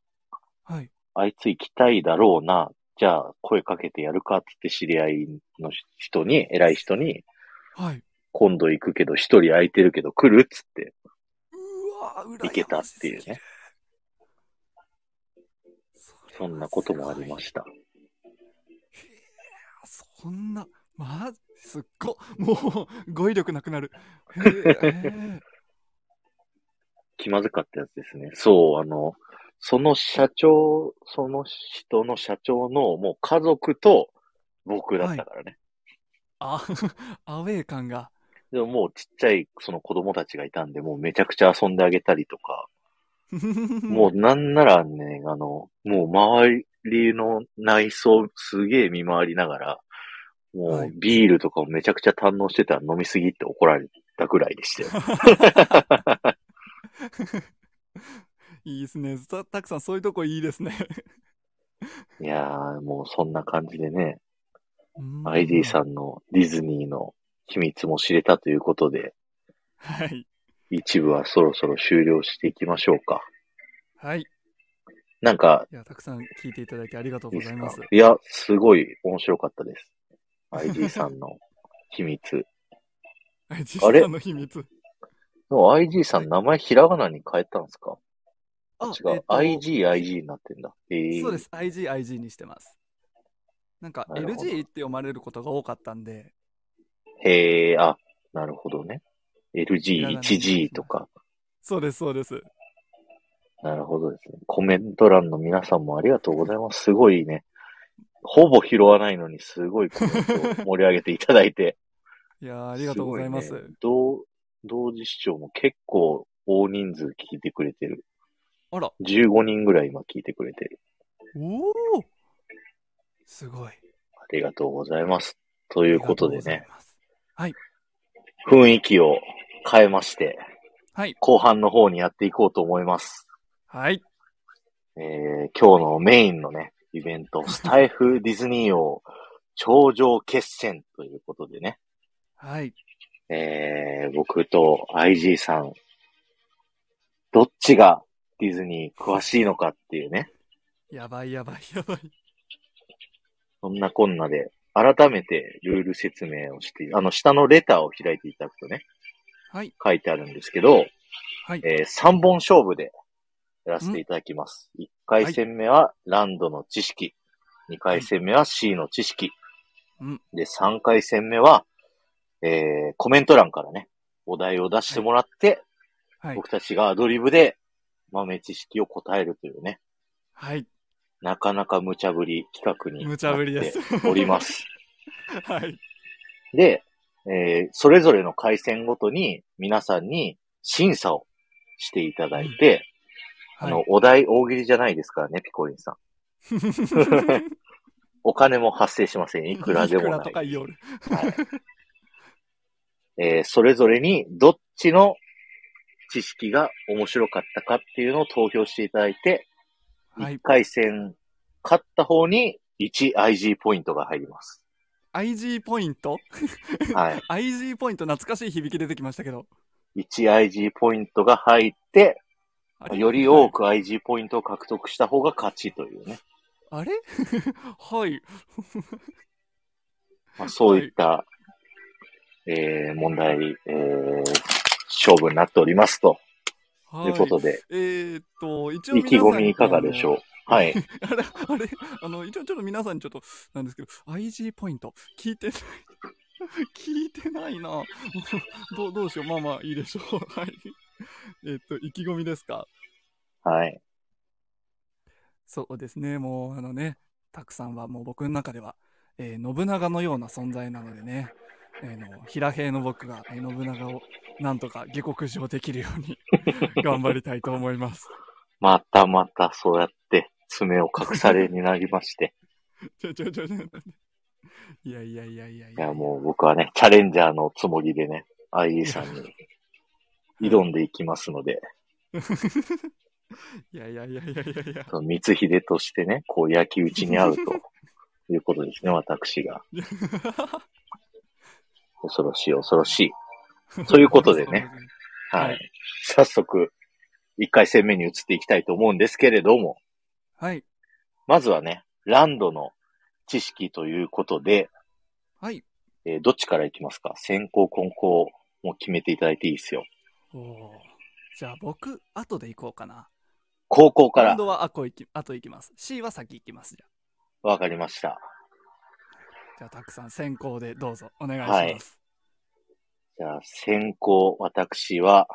Speaker 2: ーはい
Speaker 1: あいつ行きたいだろうな。じゃあ、声かけてやるかって言って知り合いの人に、偉い人に、
Speaker 2: はい
Speaker 1: 今度行くけど、一人空いてるけど来るっつって、
Speaker 2: うわー
Speaker 1: いけたっていうね。
Speaker 2: 羨ましすぎる
Speaker 1: そんなこともありました。
Speaker 2: そんな、まず、すっご、もう、語彙力なくなる。へえ
Speaker 1: 気まずかったやつですね。そう、あの、その社長、その人の社長のもう家族と僕だったからね。
Speaker 2: あ、 アウェー感が。
Speaker 1: でももうちっちゃいその子供たちがいたんで、もうめちゃくちゃ遊んであげたりとか、も
Speaker 2: も
Speaker 1: うなんならね、あの、もう周りの内装すげえ見回りながら、
Speaker 2: は
Speaker 1: も
Speaker 2: いう
Speaker 1: ビールとかをめちゃくちゃ堪能してたら飲みすぎって怒られたぐらいでしたよ。
Speaker 2: う、いいですね。たたくさんそういうとこいいで すね。
Speaker 1: いやー、もうそんな感じでね、
Speaker 2: ID
Speaker 1: ID さんのディズニーの秘密も知れたということで、
Speaker 2: はい。
Speaker 1: 一部はそろそろ終了していきましょうか。
Speaker 2: はい。
Speaker 1: なんか、
Speaker 2: いや、たくさん聞いていただいてありがとう
Speaker 1: いい
Speaker 2: ご
Speaker 1: で
Speaker 2: ざ
Speaker 1: す
Speaker 2: い
Speaker 1: か
Speaker 2: ます。
Speaker 1: いや、すごい面白かったです。IG さんの秘 密。
Speaker 2: ID
Speaker 1: あれ
Speaker 2: さんの秘密。
Speaker 1: でも IG さん名前ひらがなに変えたんですか
Speaker 2: あ
Speaker 1: 違う。。IG、IG になってんだ。えー
Speaker 2: そうで。す。IG、IG にしてます。なんか、
Speaker 1: なるほど
Speaker 2: LG って読まれることが多かったんで、
Speaker 1: へえ、あ、なるほどね。
Speaker 2: ひらが
Speaker 1: LG、
Speaker 2: なに
Speaker 1: 1G とか。
Speaker 2: そうです、そうです。
Speaker 1: なるほどですね。コメント欄の皆さんもありがとうございます。すごいね。ほぼ拾わないのに、すごいコメントを盛り上げていただいて。
Speaker 2: いや ーありがとうございます。
Speaker 1: ごね同同時視聴も結構大人数聞いてくれてる。
Speaker 2: あら、
Speaker 1: 15人ぐらい今聞いてくれてる。
Speaker 2: おおすごい。
Speaker 1: ありがとうございます。と
Speaker 2: と
Speaker 1: いうことでね、。
Speaker 2: はい。
Speaker 1: 雰囲気を変えまして、
Speaker 2: はい。
Speaker 1: 後半の方にやっていこうと思います。
Speaker 2: はい。
Speaker 1: えー、今日のメインのね、イベント、スタイフディズニー王頂上決戦ということでね、
Speaker 2: はい。
Speaker 1: えー、僕と IG さん、どっちがディズニー詳しいのかっていうね、
Speaker 2: やばいやばいやばい。
Speaker 1: そんなこんなで、改めてルール説明をして、あの、下のレターを開いていただくとね、
Speaker 2: はい。
Speaker 1: 書いてあるんですけど、
Speaker 2: はい。
Speaker 1: え3本勝負でやらせていただきます。1回戦目はランドの知識、2回戦目は C の知識、
Speaker 2: うん
Speaker 1: で、3回戦目は、えーコメント欄からね、お題を出してもらって、
Speaker 2: はい
Speaker 1: 僕。たちがアドリブで豆知識を答えるというね、
Speaker 2: はい。
Speaker 1: なかなか無茶ぶり企画に
Speaker 2: 無茶ぶりです
Speaker 1: なっております。
Speaker 2: はい。
Speaker 1: で、えーそれぞれの回線ごとに皆さんに審査をしていただいて、あ
Speaker 2: は
Speaker 1: の
Speaker 2: い。、
Speaker 1: お題大喜利じゃないですからね、ピコリンさん。お金も発生しません。いくらでも
Speaker 2: いくら
Speaker 1: な
Speaker 2: と
Speaker 1: い。
Speaker 2: か夜。
Speaker 1: えーそれぞれにどっちの知識が面白かったかっていうのを投票していただいて、
Speaker 2: は
Speaker 1: 1
Speaker 2: い。
Speaker 1: 回戦勝った方に 1IG ポイントが入り ます。
Speaker 2: IG ポイント
Speaker 1: はい。
Speaker 2: IG ポイント懐かしい響き出てきましたけど。
Speaker 1: 1IG ポイントが入って、
Speaker 2: あれ
Speaker 1: より多。く IG ポイントを獲得した方が勝ちというね。
Speaker 2: あれ はい。
Speaker 1: まあ、そういった、えー問題、えー勝負になっておりますと。
Speaker 2: は
Speaker 1: ということで、
Speaker 2: えーっと、一応
Speaker 1: 意気込みいかがでしょう はい。
Speaker 2: 皆さんにあのあれ、あれ、あの、一応ちょっと皆さんにちょっと、なんですけど、IG ポイント、聞いてない。聞いてないな どう。どうしよう。まあまあ、いいでしょう。 はい。えーっと、意気込みですか
Speaker 1: はい。
Speaker 2: そうですね。もう、あのね、たくさんはもう僕の中では、えー信長のような存在なのでね、えーの平平の僕が、えー信長をなんとか下克上できるように 頑張りたいと思います。
Speaker 1: またまたそうやって爪を隠されになりまして。
Speaker 2: ちょちょちょちょ。いやいやいやいやい
Speaker 1: いや、もう僕はね、チャレンジャーのつもりでね、IE さんに挑んでいきますので、
Speaker 2: いやいやいやいやいや いや。
Speaker 1: その光秀としてね、こう焼き討ちに遭う ということですね、私が。恐ろしい、恐ろしい。ということでね。は
Speaker 2: はいい。
Speaker 1: 早速、一回戦目に移っていきたいと思うんですけれども、
Speaker 2: はい。
Speaker 1: まずはね、ランドの知識ということで、
Speaker 2: はい。
Speaker 1: えーどっちからいきますか先行、混行、もう決めていただいていいですよ。
Speaker 2: おーじゃあ僕、後で行こうかな。
Speaker 1: 高校か
Speaker 2: 今
Speaker 1: ら
Speaker 2: 度、はあこ行き後行きます。C は先行きます。じゃあ
Speaker 1: わかりました。
Speaker 2: じゃあたくさん先行でどうぞお願いします。
Speaker 1: じゃあ、先行、私は、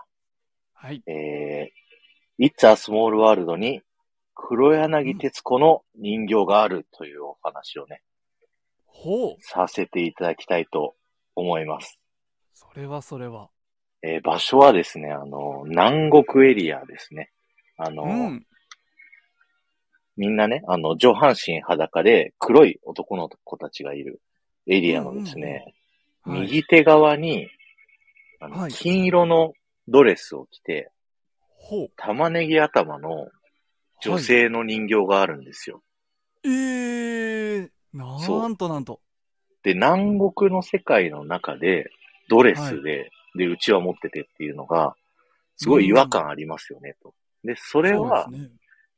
Speaker 2: はい。
Speaker 1: えー、It's a Small World に黒柳徹子の人形があるというお話をね、
Speaker 2: ほう。
Speaker 1: させていただきたいと思います。
Speaker 2: それはそれは。
Speaker 1: えー場所はですね、あの、南国エリアですね。あの、
Speaker 2: うん。
Speaker 1: みんなね、あの、上半身裸で黒い男の子たちがいるエリアのですね、
Speaker 2: はい、
Speaker 1: 右手側に、あの
Speaker 2: はい
Speaker 1: 金色のドレスを着て、
Speaker 2: ほう。
Speaker 1: 玉ねぎ頭の女
Speaker 2: はい。
Speaker 1: 性の人形があるんですよ。
Speaker 2: えー、なんとなんと。
Speaker 1: で、南国の世界の中で、ドレスで、で、うちは持っててっていうのが、すごい違和感ありますよね、と。で、そ
Speaker 2: こ
Speaker 1: れは、
Speaker 2: ね、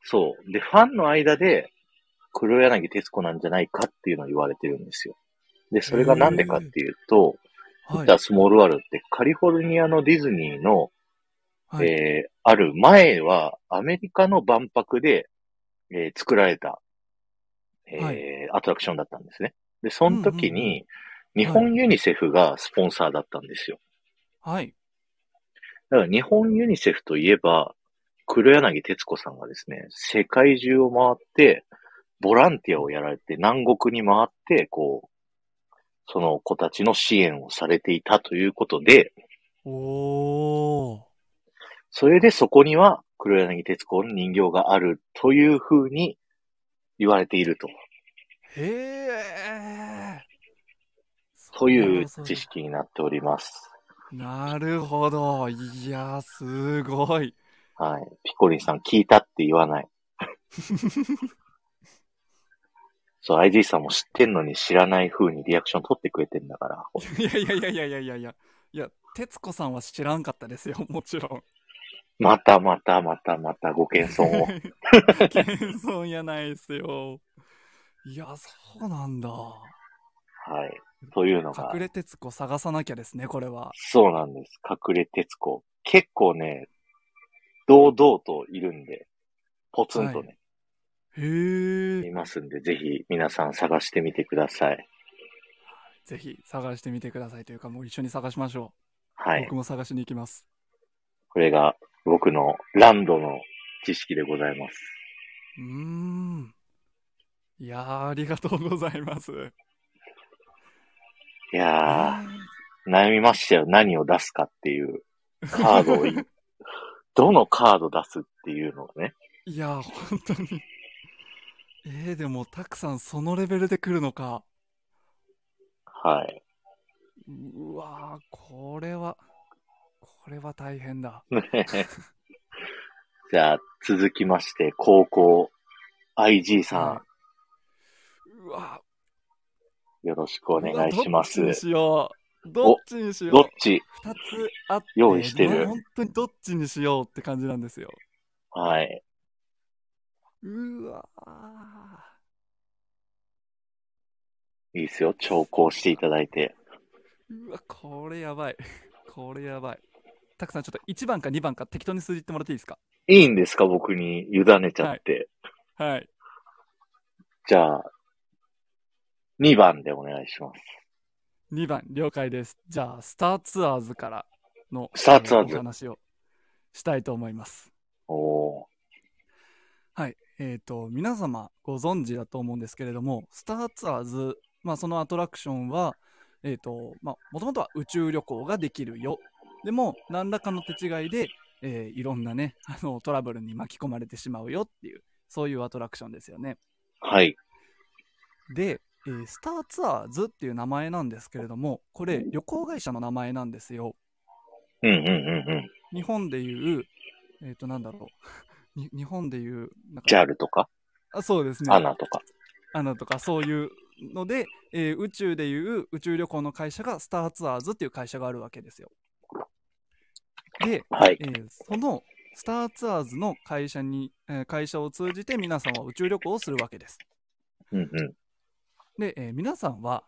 Speaker 1: そう。で、ファンの間で、黒柳徹子なんじゃないかっていうのを言われてるんですよ。で、それがなんでかっていうと、
Speaker 2: は
Speaker 1: じゃあスモールワールドってカリフォルニアのディズニーの、
Speaker 2: はい
Speaker 1: えーある前はアメリカの万博で、えー作られた、えー
Speaker 2: は
Speaker 1: アトラクションだったんですね。で、その時
Speaker 2: うんうん
Speaker 1: に、日本ユニセフがスポンサーだったんですよ。
Speaker 2: はい。
Speaker 1: だから日本ユニセフといえば、黒柳徹子さんがですね、世界中を回って、ボランティアをやられて、南国に回って、こう、その子たちの支援をされていたということで、
Speaker 2: おー。
Speaker 1: それでそこには黒柳徹子の人形があるというふうに言われていると。
Speaker 2: へえ。
Speaker 1: という知識になっております。
Speaker 2: なるほど。いや、すごい。
Speaker 1: はい。ピコリンさん聞いたって言わない。そう、IG さんも知ってんのに知らない風にリアクション取ってくれてんだから。
Speaker 2: いやいやいやいやいやいやいや。いや、徹子さんは知らんかったですよ、もちろん。
Speaker 1: またまたまたまたご謙遜 を。
Speaker 2: 謙遜やないですよ。いや、そうなんだ。
Speaker 1: はい。というのが
Speaker 2: 隠。れ徹子探さなきゃですね、これは。
Speaker 1: そうなんです。隠れ徹子。結構ね、堂々といるんで、ポツンとね、
Speaker 2: へえ。
Speaker 1: いますんで、ぜひ皆さん探してみてください。
Speaker 2: ぜひ探してみてくださいというか、もう一緒に探しましょう。
Speaker 1: はい
Speaker 2: 僕。も探しに行きます。
Speaker 1: これが僕のランドの知識でございます。
Speaker 2: うーん。いやー、ありがとうございます。
Speaker 1: いやー、悩みましたよ。何を出すかっていう。カード をい、どのカード出すっていうのがね。
Speaker 2: いやー、本当に。えー、でも、たくさんそのレベルで来るのか。
Speaker 1: はい。
Speaker 2: うわー、これは、これは大変だ。
Speaker 1: じゃあ、続きまして、高校 IG さ
Speaker 2: うわ
Speaker 1: ん、よろしくお
Speaker 2: お
Speaker 1: 願いします。
Speaker 2: どっちにしよう。どっちにしよ
Speaker 1: どっ
Speaker 2: う。
Speaker 1: ち
Speaker 2: 二つあって、
Speaker 1: 用意してる
Speaker 2: まあ本当にどっちにしようって感じなんですよ。
Speaker 1: はい。
Speaker 2: うわー
Speaker 1: いいですよ。調校していただいて。
Speaker 2: うわ、これやばい。これやばい。たくさんちょっと1番か2番か適当に数字言ってもらっていいですか
Speaker 1: いいんですか僕に委ねちゃって。
Speaker 2: はい。
Speaker 1: じゃあ、2番でお願いします。
Speaker 2: 2番、了解です。じゃあ、スターツアーズからの
Speaker 1: スターツアーズ
Speaker 2: えお話をしたいと思います。
Speaker 1: おー。
Speaker 2: はい。えっ、と、皆様ご存知だと思うんですけれども、スターツアーズ、まあ、そのアトラクションは、えっ、と、まあ、もともとは宇宙旅行ができるよ。でも、何らかの手違いで、えーいろんなね、あの、トラブルに巻き込まれてしまうよっていう、そういうアトラクションですよね。
Speaker 1: はい。
Speaker 2: で、えースターツアーズっていう名前なんですけれども、これ、旅行会社の名前なんですよ。
Speaker 1: うんうんうんうん。
Speaker 2: 日本でいう、えっ、と、なんだろう。 に日本でいう、なんか、
Speaker 1: JAL とか、
Speaker 2: あそうですね。
Speaker 1: アナとか。
Speaker 2: アナとか、そういうので、えー宇宙でいう宇宙旅行の会社がスターツアーズっていう会社があるわけですよ。で、
Speaker 1: はい
Speaker 2: え。ーそのスターツアーズの会社に、えー会社を通じて皆さんは宇宙旅行をするわけです。
Speaker 1: うんうん。
Speaker 2: で、えー皆さんは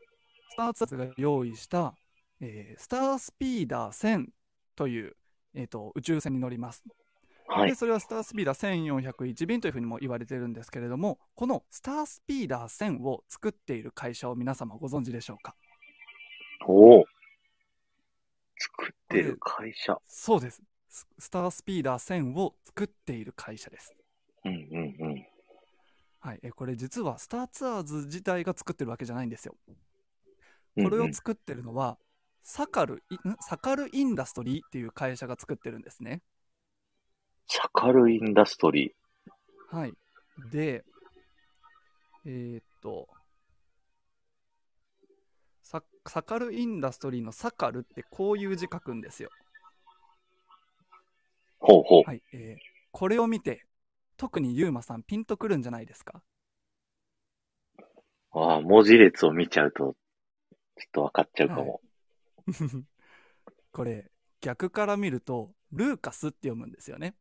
Speaker 2: スターツアーズが用意した、えースタースピーダー1000という、えーと宇宙船に乗ります、
Speaker 1: はい
Speaker 2: で。それはスタースピーダー1401便というふうにも言われてるんですけれどもこのスタースピーダー1000を作っている会社を皆様ご存知でしょうか
Speaker 1: おー。作ってる会社。
Speaker 2: そうですススタースピーダー1000を作っている会社です
Speaker 1: うんうんうん。
Speaker 2: はい、えーこれ実はスターツアーズ自体が作ってるわけじゃないんですよ
Speaker 1: うん
Speaker 2: これ
Speaker 1: う
Speaker 2: を
Speaker 1: ん
Speaker 2: 作ってるのは、サカルイんサカルインダストリーっていう会社が作ってるんですね。
Speaker 1: シャカルインダストリー。
Speaker 2: はい。で、えーっと、ササカルインダストリーのサカルってこういう字書くんですよ。
Speaker 1: ほうほう。
Speaker 2: はい。えーこれを見て、特にユーマさんピンとくるんじゃないですか
Speaker 1: ああ、文字列を見ちゃうと、ちょっと分かっちゃうかも。
Speaker 2: これ、逆から見ると、ルーカスって読むんですよね。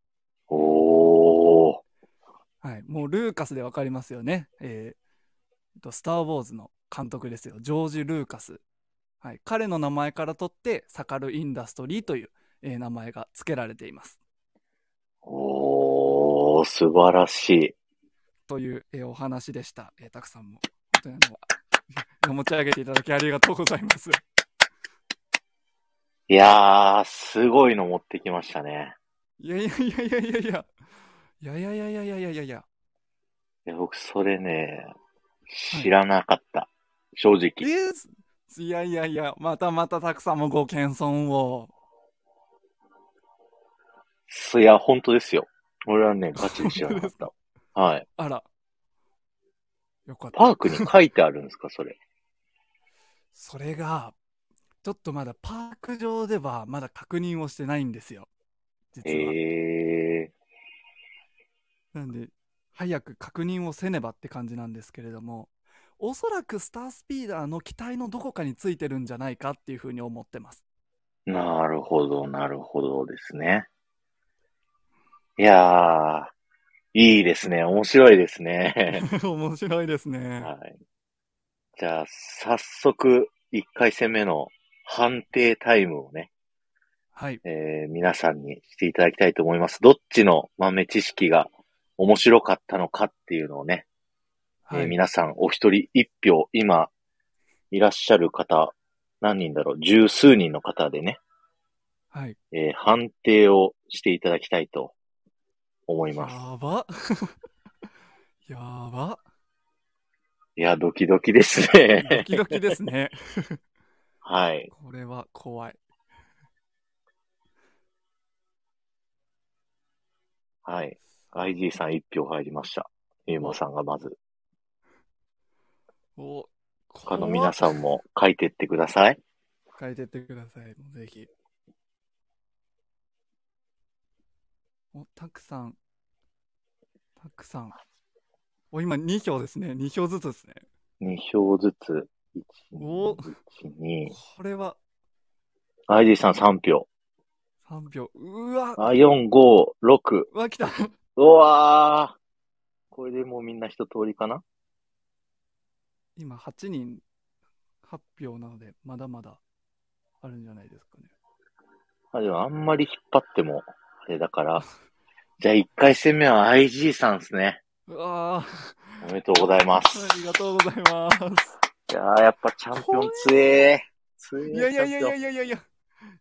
Speaker 1: おー。
Speaker 2: はい、もうルーカスでわかりますよね。えーと、スター・ウォーズの監督ですよ、ジョージ・ルーカス。はい、彼の名前から取って、サカル・インダストリーという、えー名前が付けられています。
Speaker 1: おー、素晴らしい。
Speaker 2: という、えーお話でした。えーたくさんも、本当にあの 持ち上げていただきありがとうございます。
Speaker 1: いやー、すごいの持ってきましたね。
Speaker 2: いやいやいやいやいやいや。いやいやいやいやいやいやいやいや。
Speaker 1: いや僕、それね、知らなかった。正
Speaker 2: え
Speaker 1: 直。
Speaker 2: ーすいやいやいや、またまたたくさんもご謙遜を。
Speaker 1: いや、本当ですよ。俺はね、ガチで知らな かっ
Speaker 2: 本
Speaker 1: た。はい。
Speaker 2: あら。よかった。
Speaker 1: パークに書いてあるんですか、そ れ。
Speaker 2: それが、ちょっとまだパーク上ではまだ確認をしてないんですよ。実
Speaker 1: え
Speaker 2: は。
Speaker 1: え
Speaker 2: なんで、早く確認をせねばって感じなんですけれども、おそらくスタースピーダーの機体のどこかについてるんじゃないかっていうふうに思っ てます。
Speaker 1: なるほど、なるほどですね。いやー、いいですね。面白いです ね。
Speaker 2: 面白いですね。
Speaker 1: はい。じゃあ、早速、1回戦目の判定タイムをね、
Speaker 2: はい。
Speaker 1: えー皆さんにしていただきたいと思います。どっちの豆知識が面白かったのかっていうのをね、
Speaker 2: は
Speaker 1: えー
Speaker 2: い。
Speaker 1: 皆さんお一人一票、今、いらっしゃる方、何人だろう、十数人の方でね、
Speaker 2: はい、
Speaker 1: えー判定をしていただきたいと思い
Speaker 2: や
Speaker 1: ます。
Speaker 2: ば。やば。
Speaker 1: いや、ドキドキですね。
Speaker 2: ドキドキですね。
Speaker 1: はい。
Speaker 2: これは怖い。
Speaker 1: はい。IG さん一票入りました。ゆうまさんがまず。
Speaker 2: お、こ
Speaker 1: 他の皆さんも書いてってください。
Speaker 2: 書いてってください、ぜひ。お、たくさん。たくさん。お、今2票ですね。2票ずつですね。
Speaker 1: 2票ずつ。
Speaker 2: お
Speaker 1: 1、2、
Speaker 2: これは
Speaker 1: IG さん3票。
Speaker 2: 3票。うわ、
Speaker 1: あ、4、5、6。
Speaker 2: うわ、来た。
Speaker 1: うわー。これでもうみんな一通りかな
Speaker 2: 今8人、8票なので、まだまだあるんじゃないですかね。
Speaker 1: あ、でもあんまり引っ張っても、あれだから。じゃあ1回戦目は IG さんですね。
Speaker 2: うわ
Speaker 1: おめでとうございます。
Speaker 2: ー、ありがとうございます。
Speaker 1: いやー、やっぱチャンピオン強え。強え。
Speaker 2: いやいやいやい
Speaker 1: チャンピ
Speaker 2: やいやいやいや。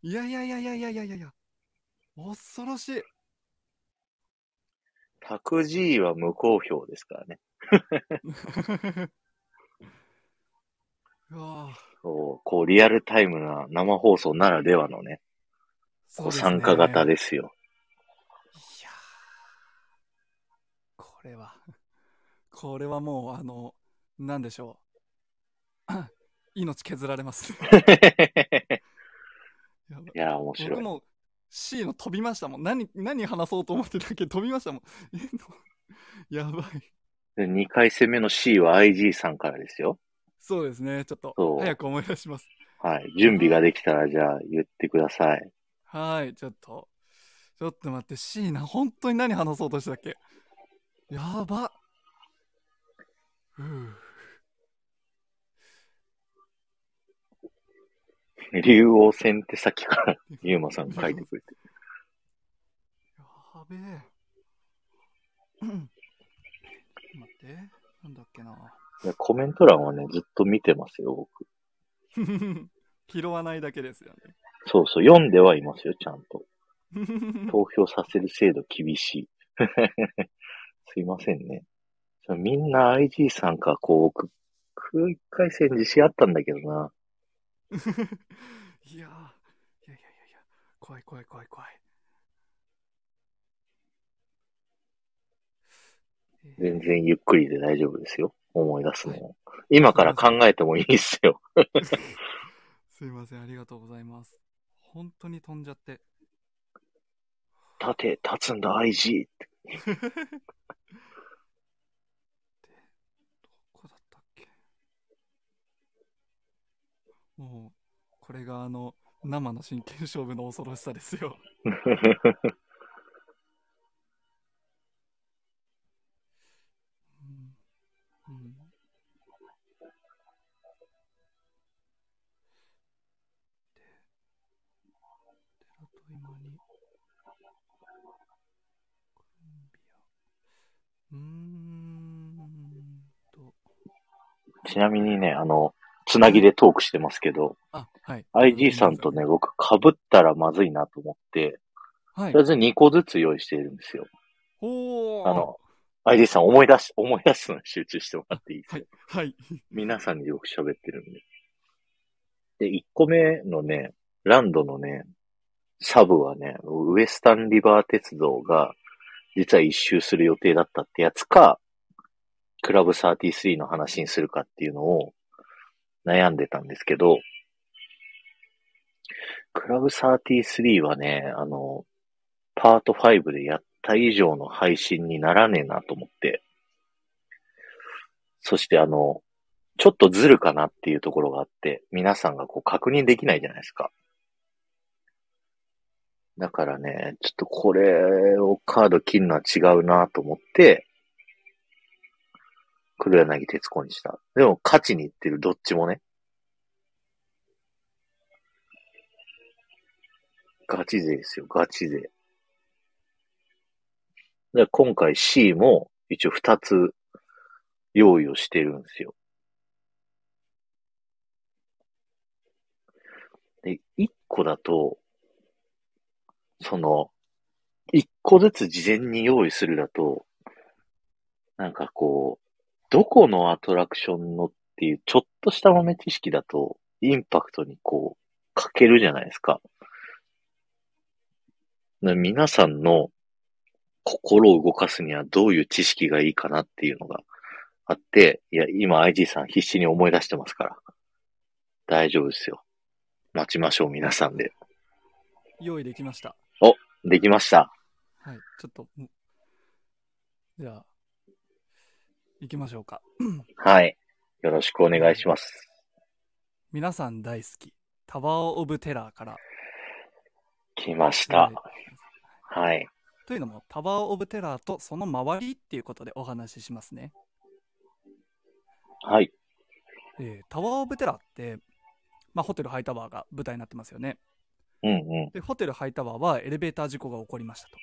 Speaker 2: いやいやいやいやいやいやいやいや。恐ろし
Speaker 1: オ
Speaker 2: い。
Speaker 1: ン。タク G は無好評ですからね。
Speaker 2: うわあ
Speaker 1: そう、こう、リアルタイムな生放送ならではのね、
Speaker 2: そう
Speaker 1: こう
Speaker 2: ですね
Speaker 1: 参加型ですよ。
Speaker 2: いやーこれは、これはもう、あの、なんでしょう。 命削られます。やばい
Speaker 1: いやー、面白
Speaker 2: 僕
Speaker 1: い。
Speaker 2: も C の飛びましたもん。何、何話そうと思ってたっけ飛びましたもん。えの やばい。
Speaker 1: で2回戦目の C は IG さんからですよ。
Speaker 2: そうですね。ちょっと
Speaker 1: そう、
Speaker 2: 早く思い出します。
Speaker 1: はい。準備ができたら、じゃあ、言ってください。
Speaker 2: はい、ちょっと。ちょっと待って、シーナ、本当に何話そうとしてたっけやば。ふう
Speaker 1: 竜王戦ってさっきから、 ゆうまさん書いてくれて。
Speaker 2: やべえ。うん待って、なんだっけな。
Speaker 1: いやコメント欄はね、ずっと見てますよ、僕。
Speaker 2: 拾わないだけですよ
Speaker 1: そうそう、読んではいますよ、ちゃんと。
Speaker 2: ね。
Speaker 1: 投票させる制度厳しい。 すいませんね。じゃあみんな IG さんか、こう、僕、空一回戦自信あったんだけどな。
Speaker 2: いやーいやいやいやいや、怖い怖い怖い怖い。えー
Speaker 1: 全然ゆっくりで大丈夫ですよ。思い出すのも。今から考えてもいいっすよ。
Speaker 2: すいません、ありがとうございます。本当に飛んじゃって。
Speaker 1: 立て、立つんだ IG って。
Speaker 2: どこだったっけもう、これがあの、生の真剣勝負の恐ろしさですよ。うんうんでであと今にコロンビアうーんと
Speaker 1: ちなみにね、あの、つなぎでトークしてますけど、
Speaker 2: あはい
Speaker 1: IG さんとね、僕被ったらまずいなと思って、
Speaker 2: は
Speaker 1: と
Speaker 2: い
Speaker 1: りあえず2個ずつ用意してるんですよ。
Speaker 2: おー
Speaker 1: あの、IG さん思い出し、思い出すのに集中してもらっていいですか
Speaker 2: はいはい
Speaker 1: 皆さんによく喋ってるんで。で、1個目のね、ランドのね、サブはね、ウエスタンリバー鉄道が実は一周する予定だったってやつか、クラブ33の話にするかっていうのを悩んでたんですけど、クラブ33はね、あの、パート5でやった以上の配信にならねえなと思って、そしてあの、ちょっとずるかなっていうところがあって、皆さんがこう確認できないじゃないですか。だからね、ちょっとこれをカード切るのは違うなと思って、黒柳徹子にした。でも勝ちにいってる、どっちもね。ガチ勢ですよ、ガチ勢。で今回 C も一応2つ用意をしてるんですよ。で、1個だと、その、1個ずつ事前に用意するだと、なんかこう、どこのアトラクションのっていうちょっとした豆知識だと、インパクトにこう、かけるじゃないですか。で皆さんの心を動かすにはどういう知識がいいかなっていうのがあって、いや、今 IG さん必死に思い出してますから。大丈夫ですよ。待ちましょう、皆さんで。
Speaker 2: 用意できました。
Speaker 1: できました。
Speaker 2: はい。ちょっと、んじゃあ、行きましょうか。
Speaker 1: はい。よろしくお願いします。
Speaker 2: 皆さん大好き、タワー・オブ・テラーから。
Speaker 1: 来ました
Speaker 2: はい。
Speaker 1: はい。
Speaker 2: というのも、タワー・オブ・テラーとその周りっていうことでお話ししますね。
Speaker 1: はい。
Speaker 2: えータワー・オブ・テラーって、まあ、ホテル・ハイタワーが舞台になってますよね。
Speaker 1: うんう
Speaker 2: で、ホテル・ハイタワーはエレベーター事故が起こりましたと。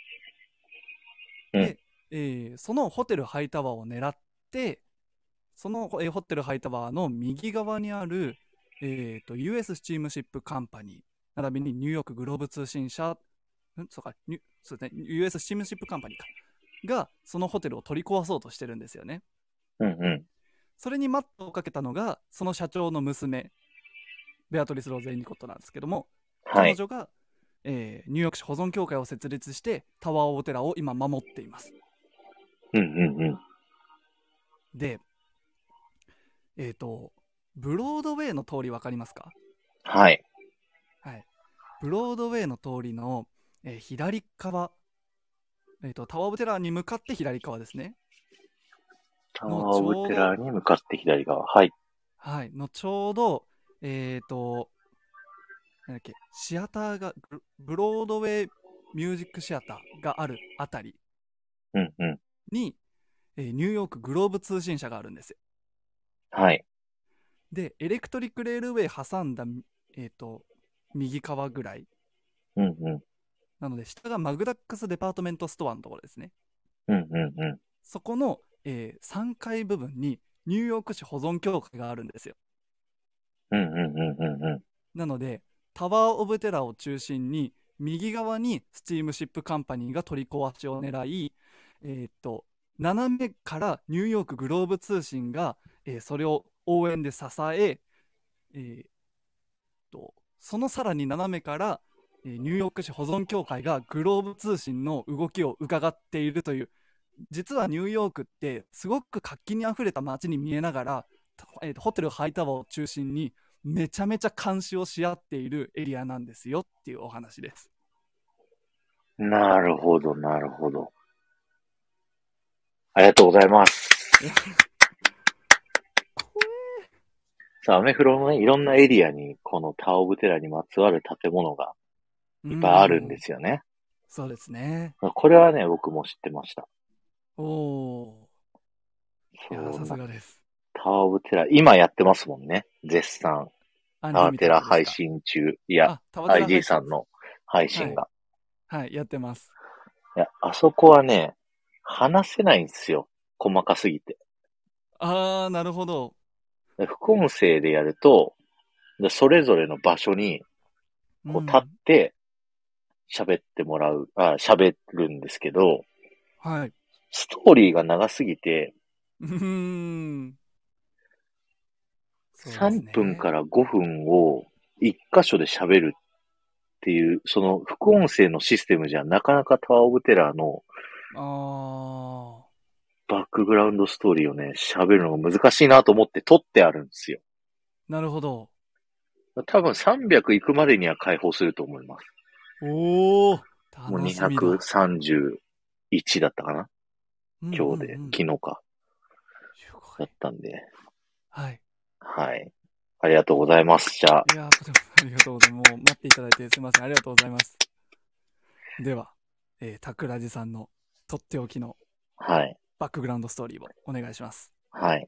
Speaker 1: うん
Speaker 2: で、えーそのホテル・ハイタワーを狙って、その、えーホテル・ハイタワーの右側にある、えーと、US スチームシップ・カンパニー、並びにニューヨークグローブ通信社、んそうか、ニュそうですね、US スチームシップ・カンパニーか、が、そのホテルを取り壊そうとしてるんですよね。
Speaker 1: ん。うんうん。
Speaker 2: それにマットをかけたのが、その社長の娘、ベアトリス・ローゼ・エニコットなんですけども、
Speaker 1: は
Speaker 2: 彼
Speaker 1: い。
Speaker 2: 女が、えーニューヨーク市保存協会を設立してタワー・オブ・テラーを今守っています。
Speaker 1: うんうんうん。
Speaker 2: で、えっ、と、ブロードウェイの通り分かりますか
Speaker 1: はい。
Speaker 2: はい。ブロードウェイの通りの、えー左側、えっ、と、タワー・オブ・テラーに向かって左側ですね。
Speaker 1: タワーオブテラーに向かって左側。はい。
Speaker 2: はい。のちょうど、えっ、と、なんだっけ、シアターが、ブブロードウェイ・ミュージック・シアターがあるあたり
Speaker 1: うんうん。
Speaker 2: に、えーニューヨークグローブ通信社があるんですよ。
Speaker 1: はい。
Speaker 2: で、エレクトリック・レールウェイ挟んだ、えっ、と、右側ぐらい。
Speaker 1: うんうん。
Speaker 2: なので、下がマグダックスデパートメントストアのところですね。
Speaker 1: うんうんうん。
Speaker 2: そこの、えー3階部分にニューヨーク市保存協会があるんですよ。
Speaker 1: うんうんうんうんうん。
Speaker 2: なので、タワー・オブ・テラーを中心に、右側にスチームシップカンパニーが取り壊しを狙い、えーっと、斜めからニューヨークグローブ通信が、えーそれを応援で支え、えーっと、そのさらに斜めから、えーニューヨーク市保存協会がグローブ通信の動きを伺っているという、実はニューヨークってすごく活気にあふれた街に見えながら、えーっとホテルハイタワーを中心にめちゃめちゃ監視をし合っているエリアなんですよっていうお話です。
Speaker 1: なるほど、なるほど。ありがとうございます。さあ、アメフロのね、いろんなエリアに、このタワーオブテラーにまつわる建物が
Speaker 2: い。
Speaker 1: いっぱいあるんですすよね。
Speaker 2: そうですね。
Speaker 1: これはね、僕も知ってました。
Speaker 2: おおー。い
Speaker 1: そ
Speaker 2: や
Speaker 1: う
Speaker 2: ー、さすがです。
Speaker 1: タワーオブテラー、今やってますもんね。絶賛。
Speaker 2: ア
Speaker 1: タワーテラー配
Speaker 2: い
Speaker 1: 信中。いや、、
Speaker 2: タワテラ配信
Speaker 1: IG さん。の配信が。
Speaker 2: はい、やってます。
Speaker 1: い、や、あそこはね、話せないんですよ。細かすぎて。
Speaker 2: あー、なるほど。
Speaker 1: で副音声でやると、でそれぞれの場所に、こう立って、喋ってもらう、あ、喋るんですけど、
Speaker 2: うんはい。
Speaker 1: ストーリーが長すぎて、
Speaker 2: うーん。。
Speaker 1: 3分からら5分を1箇所で喋るっていう、その副音声のシステムじゃなかなかタワーオブテラーの
Speaker 2: あ
Speaker 1: バックグラウンドストーリーをね、喋るのが難しいなと思って撮ってあるんですよ。
Speaker 2: ー、なるほど。
Speaker 1: 多分300行くまでには解放すると思います。
Speaker 2: お
Speaker 1: も
Speaker 2: お
Speaker 1: う
Speaker 2: 楽しみだ。
Speaker 1: 231だったかな今日で、
Speaker 2: うんうんうん
Speaker 1: 昨日か。
Speaker 2: すご
Speaker 1: だ
Speaker 2: い
Speaker 1: ったんで。
Speaker 2: はい。
Speaker 1: はい。ありがとうございます。じゃあ、
Speaker 2: いやー、とてもありがとうございます。もう待っていただいてすいません。ありがとうございます。では、えー、タクラジさんのとっておきの
Speaker 1: はい。
Speaker 2: バックグラウンドストーリーをお願いします。
Speaker 1: はい。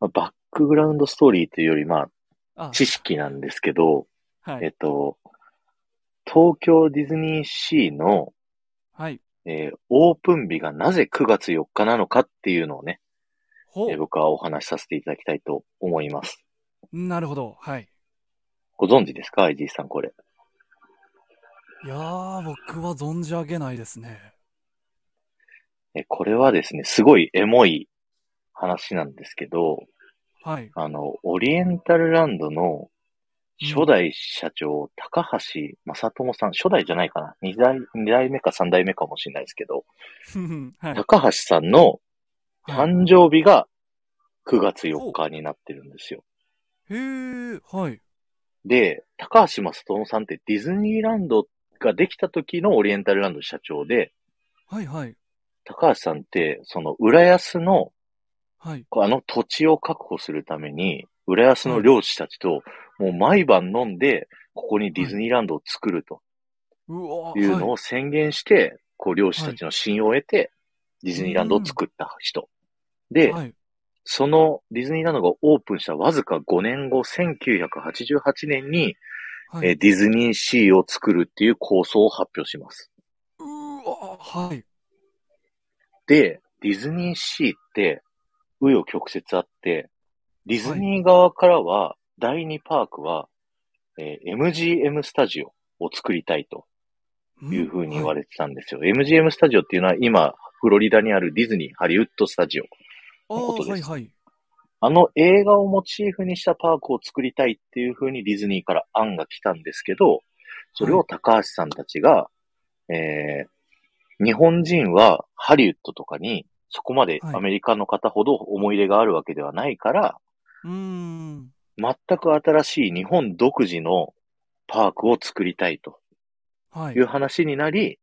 Speaker 1: まあバックグラウンドストーリーというより、まあ、
Speaker 2: あ、
Speaker 1: 知識なんですけど、
Speaker 2: は
Speaker 1: え
Speaker 2: い
Speaker 1: っ。と、東京ディズニーシーの、
Speaker 2: はい。
Speaker 1: えーオープン日がなぜ9月4日なのかっていうのをね、
Speaker 2: ほ
Speaker 1: えー
Speaker 2: う。
Speaker 1: 僕はお話しさせていただきたいと思います。
Speaker 2: なるほど。はい。
Speaker 1: ご存知ですか ?IG さんこれ。
Speaker 2: いやー、僕は存じ上げないですね。
Speaker 1: えーこれはですね、すごいエモい話なんですけど、
Speaker 2: はい。
Speaker 1: あの、オリエンタルランドの初代社長、高橋正智さん、初代じゃないかな二代、二代目か三代目かもしれないですけど、
Speaker 2: ふふんはい。
Speaker 1: 高橋さんの
Speaker 2: はい
Speaker 1: 誕生日が9月4日になってるんですよ。
Speaker 2: へー、はい。
Speaker 1: で、高橋正智さんってディズニーランドができた時のオリエンタルランド社長で、
Speaker 2: はい、はい。
Speaker 1: 高橋さんって、その浦安の、
Speaker 2: はい。
Speaker 1: あの土地を確保するために、浦安の漁師たちと、もう毎晩飲んで、ここにディズニーランドを作ると。
Speaker 2: うわー
Speaker 1: いうの
Speaker 2: は
Speaker 1: を宣言して、こう漁師たちの信用を得て、ディズニーランドを作った人。
Speaker 2: い。
Speaker 1: で、
Speaker 2: はい。
Speaker 1: そのディズニーランドがオープンしたわずか5年後、1988年に、
Speaker 2: は
Speaker 1: え
Speaker 2: い
Speaker 1: ー。ディズニーシーを作るっていう構想を発表します。
Speaker 2: うわーはい。
Speaker 1: で、ディズニーシーって、紆余曲折あって、ディズニー側からは、第2パークは、えー MGM スタジオを作りたいと。
Speaker 2: ん
Speaker 1: いうふうに言わ
Speaker 2: はい
Speaker 1: れてたんですよ。MGM スタジオっていうのは今、フロリダにあるディズニーハリウッドスタジオ。
Speaker 2: あ
Speaker 1: のこと
Speaker 2: ー、
Speaker 1: で
Speaker 2: はい、
Speaker 1: す
Speaker 2: はい。
Speaker 1: あの映画をモチーフにしたパークを作りたいっていうふうにディズニーから案が来たんですけど、それを高橋さんたちが、えー、日本人はハリウッドとかにそこまで
Speaker 2: はい
Speaker 1: アメリカの方ほど思い入れがあるわけではないから、
Speaker 2: うーん。
Speaker 1: 全く新しい日本独自のパークを作りたいと。
Speaker 2: はい
Speaker 1: いう。話になり、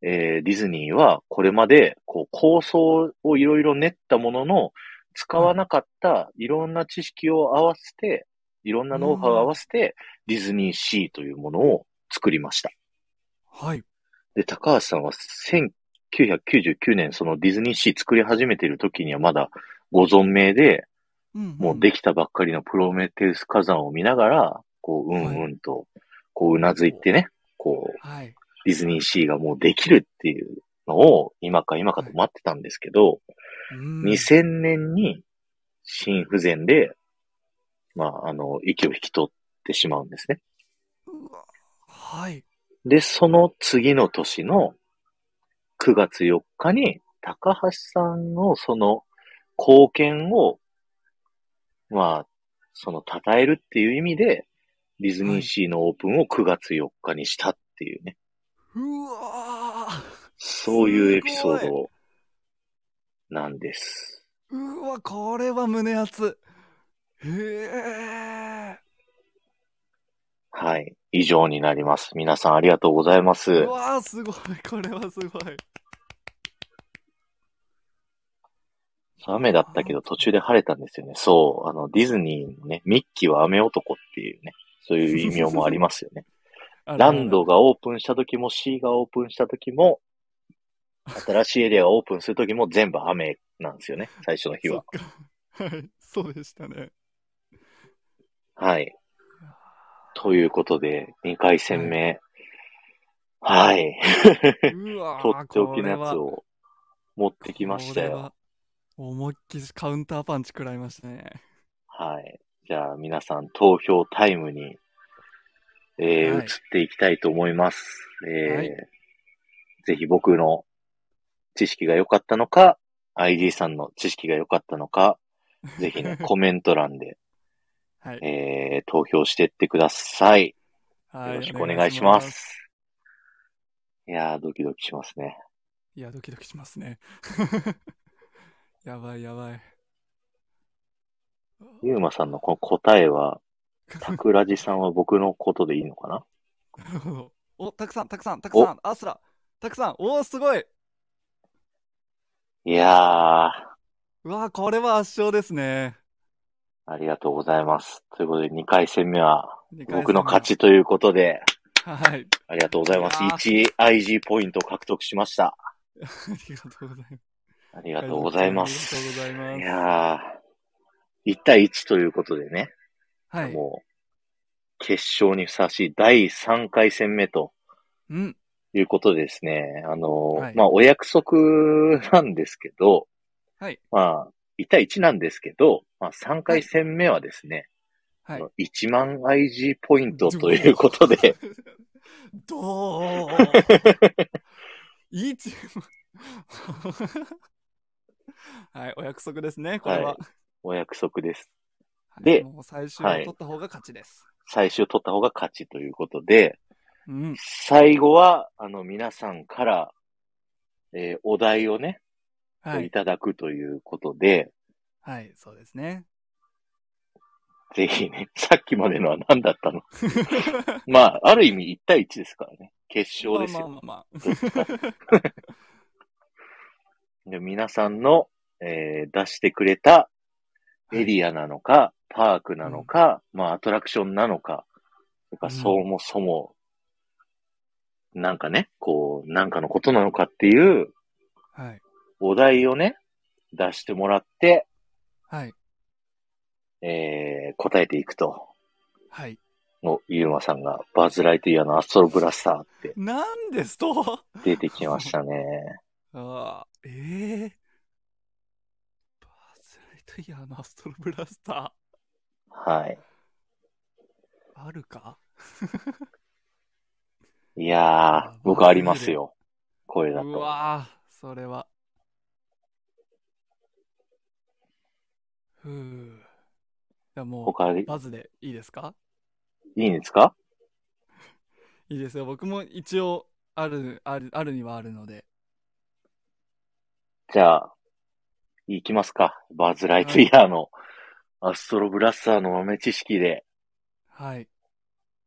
Speaker 1: えーディズニーはこれまでこう構想をいろいろ練ったものの、使わなかったいろんな知識を合わせて、いろんなノウハウを合わせて、ディズニーシーというものを作りました。
Speaker 2: はい。
Speaker 1: で、高橋さんは1999年、そのディズニーシー作り始めている時にはまだご存命で、もうで
Speaker 2: き
Speaker 1: きたばっかりのプロメテウス火山を見ながら、こう、うんうんと、こう、うなずいてね、こう、
Speaker 2: はい。
Speaker 1: ディズニーシーがもうできるっていうのを今か今かと待ってたんですけど、
Speaker 2: うーん
Speaker 1: 2000年に心不全で、まあ、あの、息を引き取ってしまうんですね。
Speaker 2: はい。
Speaker 1: で、その次の年の9月4日に、高橋さんのその貢献を、まあ、その称えるっていう意味で、ディズニーシーのオープンを9月4日にしたっていうね、
Speaker 2: うわー
Speaker 1: そういうエピソードなんです。
Speaker 2: うわ、これは胸熱。へえ。
Speaker 1: はい。以上になります。皆さんありがとうございます。
Speaker 2: うわー、すごい。これはすごい。
Speaker 1: 雨だったけど途中で晴れたんですよね。そう。あの、ディズニーのね、ミッキーは雨男っていうね、そういう意味もありますよ ね。
Speaker 2: あら
Speaker 1: ラ
Speaker 2: あら
Speaker 1: ンド。がオープンした時も、シーがオープンした時も、新しいエリアがオープンする時も全部雨なんですよね。最初の日
Speaker 2: そ
Speaker 1: は
Speaker 2: っ。か。はい。そうでしたね。
Speaker 1: はい。ということで、2回戦目。はい。
Speaker 2: うわ ー、
Speaker 1: とっておきのやつ
Speaker 2: こ
Speaker 1: を持っ
Speaker 2: れは
Speaker 1: てきました
Speaker 2: これ
Speaker 1: よ。
Speaker 2: は思いっきりカウンターパンチ食らいましたね。
Speaker 1: はい。じゃあ皆さん投票タイムに、えー
Speaker 2: はい
Speaker 1: 移っていきたいと思います。えー
Speaker 2: はい
Speaker 1: ぜひ僕の知識が良かったのか、ID さんの知識が良かったのか、ぜ ひね、コメント欄で、
Speaker 2: はい。
Speaker 1: えー投票してってください。
Speaker 2: は
Speaker 1: よろしくお願いします。いやー、ドキドキしますね。
Speaker 2: いや、ドキドキしますね。 やばいやばい。
Speaker 1: ゆうまさんのこの答えは、たくらじさんは僕のことでいいのかな
Speaker 2: なるほど。 お、たくさん、たくさん、たくさん、アスラ、たくさん、おお、すごい
Speaker 1: いやー、
Speaker 2: うわー、これは圧勝ですね。
Speaker 1: ありがとうございます。ということで、2回戦目は
Speaker 2: 二回戦目
Speaker 1: 僕の勝。ちということで、
Speaker 2: はい。
Speaker 1: ありがとうございます。
Speaker 2: いや
Speaker 1: 1IG ポイント獲得しました。
Speaker 2: ありがとうございます。
Speaker 1: ありがとうございます。
Speaker 2: ありがとうございます
Speaker 1: いやー、1対1ということでね、
Speaker 2: はい。
Speaker 1: もう、決勝にふさわしい第3回戦目と
Speaker 2: うん。
Speaker 1: いうことでですね、あのー
Speaker 2: はい
Speaker 1: まあ、お約束なんですけど、
Speaker 2: はい。
Speaker 1: まあ、1対1なんですけど、まあ、3回戦目はですね、
Speaker 2: はい。
Speaker 1: 1万 IG ポイントということで、。
Speaker 2: どういいチーム。 はい、お約束ですね、これは。
Speaker 1: はお約束です。
Speaker 2: はい
Speaker 1: で
Speaker 2: もう最終を取った方が勝ちです。
Speaker 1: 最終取った方が勝ちということで、
Speaker 2: うん。
Speaker 1: 最後は、あの、皆さんから、えーお題をね、
Speaker 2: はいい。
Speaker 1: ただくということで、
Speaker 2: はい、そうです ね。
Speaker 1: ぜひね、さっきまでのは何だったのまあ、ある意味1対1ですからね。決勝ですよ。
Speaker 2: まあまあまあま
Speaker 1: で皆さんの、えー出してくれたエリアなのか、パークなのか、まあアトラクションなのか、やっぱ
Speaker 2: うん
Speaker 1: そもそも、なんかね、こう、なんかのことなのかっていう
Speaker 2: あ。はい。
Speaker 1: お題をね、出してもらって、
Speaker 2: はい。
Speaker 1: えー答えていくと。
Speaker 2: はい。
Speaker 1: の、ゆうまさんが、バズ・ライトイヤーのアストロブラスターって
Speaker 2: なんですと
Speaker 1: 出てきましたね。
Speaker 2: ああ、ええバズ・ライトイヤーのアストロブラスタ
Speaker 1: はい。
Speaker 2: ー、あるか
Speaker 1: いやー、僕ありますよ。これだ
Speaker 2: う
Speaker 1: と。
Speaker 2: わーそれは。ふぅ。いや、も
Speaker 1: 他で
Speaker 2: う、、バズでいいですか
Speaker 1: いいんですか
Speaker 2: いいですよ。僕も一応、ある、ある、あるにはあるので。
Speaker 1: じゃあ、行きますか。バズ・ライトイヤーのアストロブラスターの豆知識で、
Speaker 2: はい。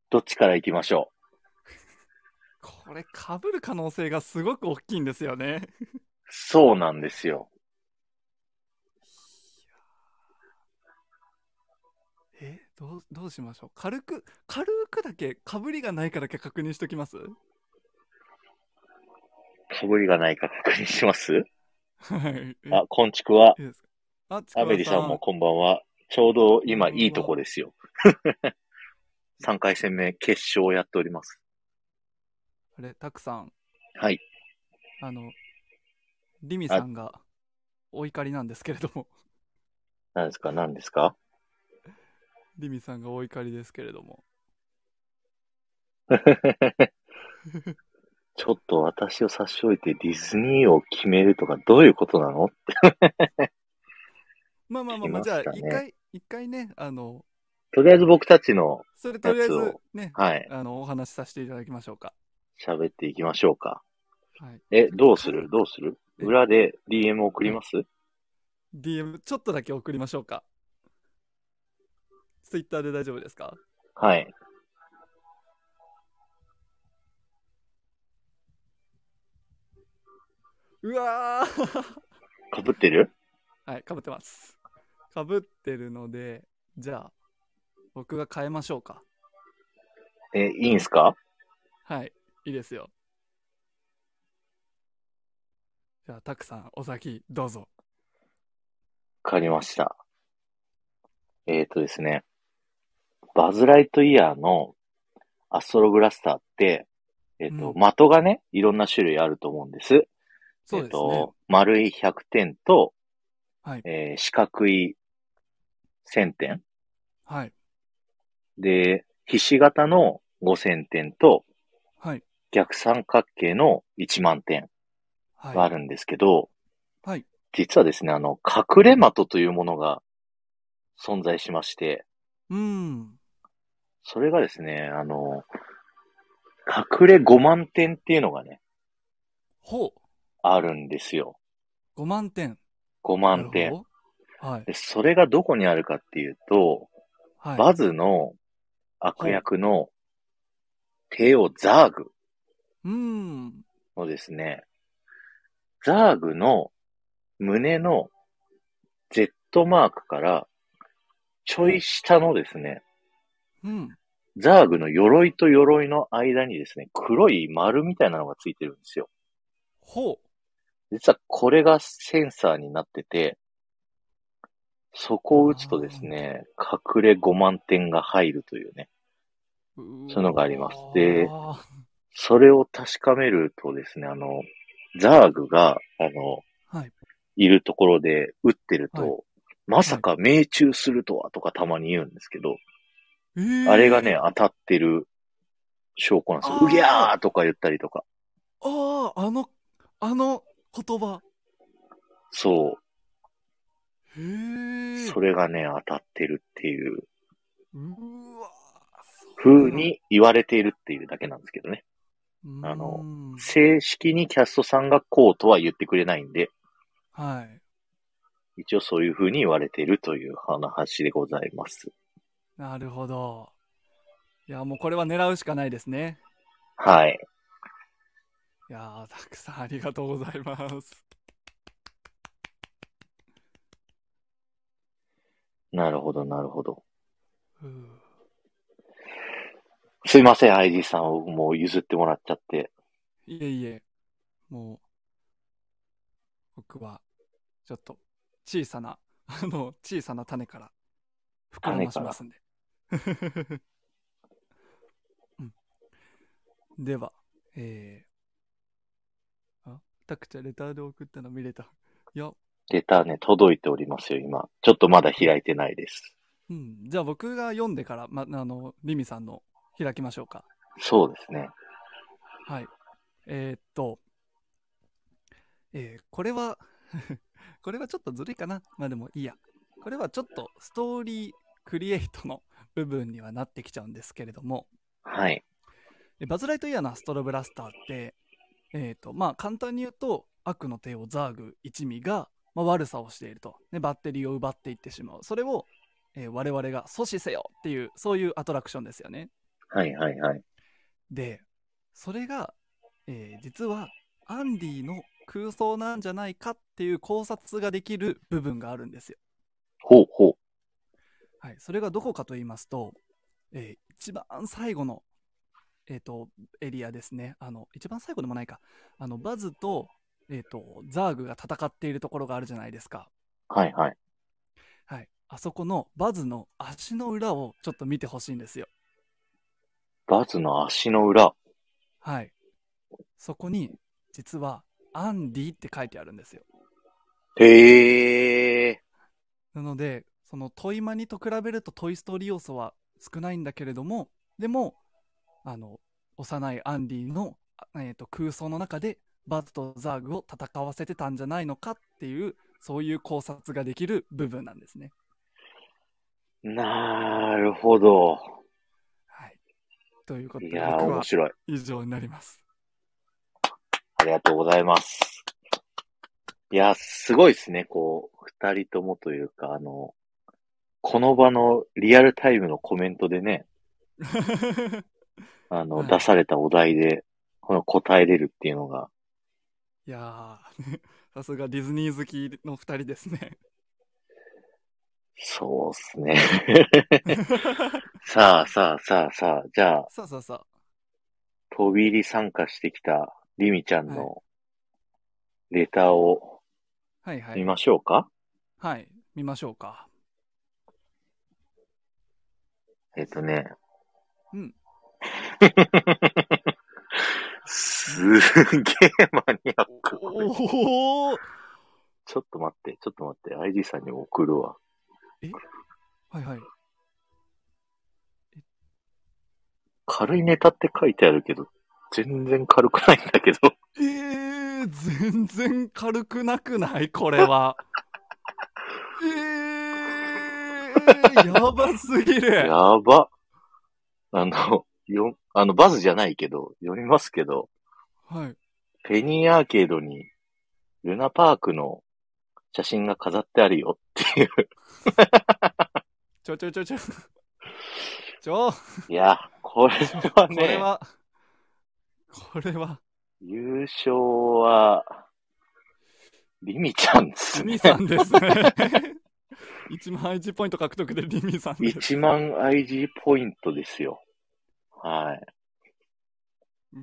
Speaker 1: どっちから行きましょう。
Speaker 2: これ、被る可能性がすごく大きいんですよね。
Speaker 1: そうなんですよ。
Speaker 2: えどうどうしましょう軽く軽くだけかぶりがないかだけ確認しときます
Speaker 1: かぶりがないか確認します
Speaker 2: はい
Speaker 1: あ、こんちくは、
Speaker 2: いいですかあちくわ
Speaker 1: アベリさんもこんばんは。ちょうど今いいとこですよ。3回戦目決勝をやっております。
Speaker 2: あれたくさん
Speaker 1: はい。
Speaker 2: あのリミさんがお怒りなんですけれども
Speaker 1: 何ですか何ですか
Speaker 2: リミさんがお怒りですけれども
Speaker 1: ちょっと私を差し置いてディズニーを決めるとかどういうことなの
Speaker 2: まあまあまあ、
Speaker 1: 聞き
Speaker 2: まあ、
Speaker 1: まし
Speaker 2: じゃあ
Speaker 1: たね
Speaker 2: 一回一回ねあの
Speaker 1: とりあえず僕たちの、
Speaker 2: それとりあえず
Speaker 1: やつを
Speaker 2: ね
Speaker 1: はい、
Speaker 2: あのお話しさせていただきましょうか
Speaker 1: 喋っていきましょうか。
Speaker 2: はい
Speaker 1: え、どうするどうする
Speaker 2: え
Speaker 1: 裏で DM 送ります
Speaker 2: DM ちょっとだけ送りましょうか Twitter で大丈夫ですか
Speaker 1: はい。
Speaker 2: うわー
Speaker 1: かぶってる
Speaker 2: はい、かぶってます。かぶってるので、じゃあ、僕が変えましょうか。
Speaker 1: え、いいんすか
Speaker 2: はい、いいですよ。じゃあ、たくさん、お先、どうぞ。
Speaker 1: わかりました。えっ、ー、とですね。バズ・ライトイヤーのアストロブラスターって、えっ、と、
Speaker 2: う
Speaker 1: 的がね、いろんな種類あると思うんです。
Speaker 2: そう
Speaker 1: えっ、
Speaker 2: ですね
Speaker 1: と。、丸い100点と、
Speaker 2: はい
Speaker 1: えー四角い1000点。
Speaker 2: はい、
Speaker 1: で、ひし形の5000点と、
Speaker 2: はい、
Speaker 1: 逆三角形の1万点があ
Speaker 2: はい。
Speaker 1: るんですけど、
Speaker 2: はい、
Speaker 1: 実はですね、あの、隠れ的というものが存在しまして、
Speaker 2: うーん。
Speaker 1: それがですね、あの、隠れ5万点っていうのがね、
Speaker 2: ほう。
Speaker 1: あるんですよ。
Speaker 2: 5万点。
Speaker 1: 5万
Speaker 2: な
Speaker 1: 点
Speaker 2: る。ほど。はい。
Speaker 1: で、それがどこにあるかっていうと、
Speaker 2: はい、
Speaker 1: バズの悪役の帝王ザーグ
Speaker 2: うーん。
Speaker 1: のですね、ザーグの胸の Z マークからちょい下のですね、
Speaker 2: うん。
Speaker 1: ザーグの鎧と鎧の間にですね、黒い丸みたいなのがついてるんですよ。
Speaker 2: ほ
Speaker 1: 実はこれがセンサーになってて、そこを打つとですね、隠れ5万点が入るというね、
Speaker 2: う。う
Speaker 1: そういうのがあります
Speaker 2: わー
Speaker 1: でそれを確かめるとですね、あの、ザーグが、あの、
Speaker 2: はい。
Speaker 1: いるところで撃ってると、
Speaker 2: はい
Speaker 1: まさか命中するとはとかたまに言うんですけど、
Speaker 2: えー
Speaker 1: あれがね、、当たってる証拠なんですよ
Speaker 2: あ。ー
Speaker 1: うぎゃーとか言ったりとか。
Speaker 2: ああ、あの、あの言葉。
Speaker 1: そ
Speaker 2: へ
Speaker 1: う。
Speaker 2: え。
Speaker 1: それがね、当たってるっていう
Speaker 2: うーわ
Speaker 1: 風。に言われているっていうだけなんですけどね。
Speaker 2: そう
Speaker 1: あの
Speaker 2: うーん
Speaker 1: 正式にキャストさんがこうとは言ってくれないんで、
Speaker 2: はい。
Speaker 1: 一応そういう風に言われているという話でございます。
Speaker 2: なるほど。いや、もうこれは狙うしかないですね。
Speaker 1: はい。
Speaker 2: いやー、たくさんありがとうございます。
Speaker 1: なるほど、なるほど。
Speaker 2: ふう
Speaker 1: すいません、IG さんをもう譲ってもらっちゃって。
Speaker 2: いえいえ、もう、僕は、ちょっと、小さな、 あの、小さな種から、膨らましますんで。 うん、では、えー、あ、たくちゃんレターで送ったの見れた。いや、
Speaker 1: レターね、届いておりますよ、今。ちょっとまだ開いてないです。
Speaker 2: うん、じゃあ僕が読んでから、ま、あの、リミさんの開きましょうか。
Speaker 1: そうですね。
Speaker 2: はい。えーっと、えーこれは、 これはちょっとずるいかな。まあでもいいや。これはちょっとストーリークリエイトの部分にはなってきちゃうんですけれども、
Speaker 1: はい。
Speaker 2: えバズ・ライトイヤーのアストロブラスターって、えーっと、まあ簡単に言うと、悪の帝王ザーグ一味が、まあ、悪さをしていると、ね。バッテリーを奪っていってしまう。それを、えー我々が阻止せよっていう、そういうアトラクションですよね。
Speaker 1: はい、はい、はい。
Speaker 2: でそれが、えー実はアンディの空想なんじゃないかっていう考察ができる部分があるんですよ。
Speaker 1: ほうほう。
Speaker 2: はい、それがどこかと言いますと、えー一番最後の、えー、とエリアですねあの一番最後でもないかあのバズと,、えー、とザーグが戦っているところがあるじゃないですか、
Speaker 1: はい、はい。
Speaker 2: はい、あそこのバズの足の裏をちょっと見てほしいんですよ。
Speaker 1: バズの足の裏。
Speaker 2: はい、そこに実はアンディって書いてあるんですよ。
Speaker 1: へえ。
Speaker 2: なのでそのトイマニと比べるとトイ・ストーリー要素は少ないんだけれどもでもあの幼いアンディの、あえーと空想の中でバズとザーグを戦わせてたんじゃないのかっていうそういう考察ができる部分なんですね。
Speaker 1: なるほど。
Speaker 2: はい、ということ
Speaker 1: い
Speaker 2: で
Speaker 1: やー、
Speaker 2: 僕は
Speaker 1: 面白い。
Speaker 2: 以上になります。
Speaker 1: ありがとうございます。いやー、すごいですね。こう、二人ともというか、あの、この場のリアルタイムのコメントでね、あの、
Speaker 2: はい
Speaker 1: 出されたお題で、この答えれるっていうのが、
Speaker 2: いやー さすがディズニー好きの2人です ね。
Speaker 1: そうっすね。 さあさあさあさあ、じゃあ、
Speaker 2: さあさあさあ
Speaker 1: 飛び入り参加してきたリミちゃんのレターを
Speaker 2: はいは
Speaker 1: 見
Speaker 2: い
Speaker 1: ましょうか、
Speaker 2: はい見ましょうか。
Speaker 1: えっとね。
Speaker 2: うん。
Speaker 1: すげえマニアック。
Speaker 2: おお
Speaker 1: ちょっと待って、ちょっと待って、IG さんにも送るわ。
Speaker 2: はいはい。
Speaker 1: 軽いネタって書いてあるけど、全然軽くないんだけど。
Speaker 2: えー、全然軽くなくない これは。えー、やばすぎる。
Speaker 1: やば。あの、よ、あの、バズじゃないけど、読みますけど、
Speaker 2: はい。
Speaker 1: ペニーアーケードにルナパークの写真が飾ってあるよっていう。
Speaker 2: ちょちょちょ ちょ。ちょ、
Speaker 1: いや、これは
Speaker 2: これ
Speaker 1: ね、
Speaker 2: は、これは、
Speaker 1: 優勝は、リミちゃんです
Speaker 2: リ
Speaker 1: ね
Speaker 2: ミ。さん ですね。1万1ポイント獲得でリミさんです。
Speaker 1: 1万 IG ポイントですよ。はい。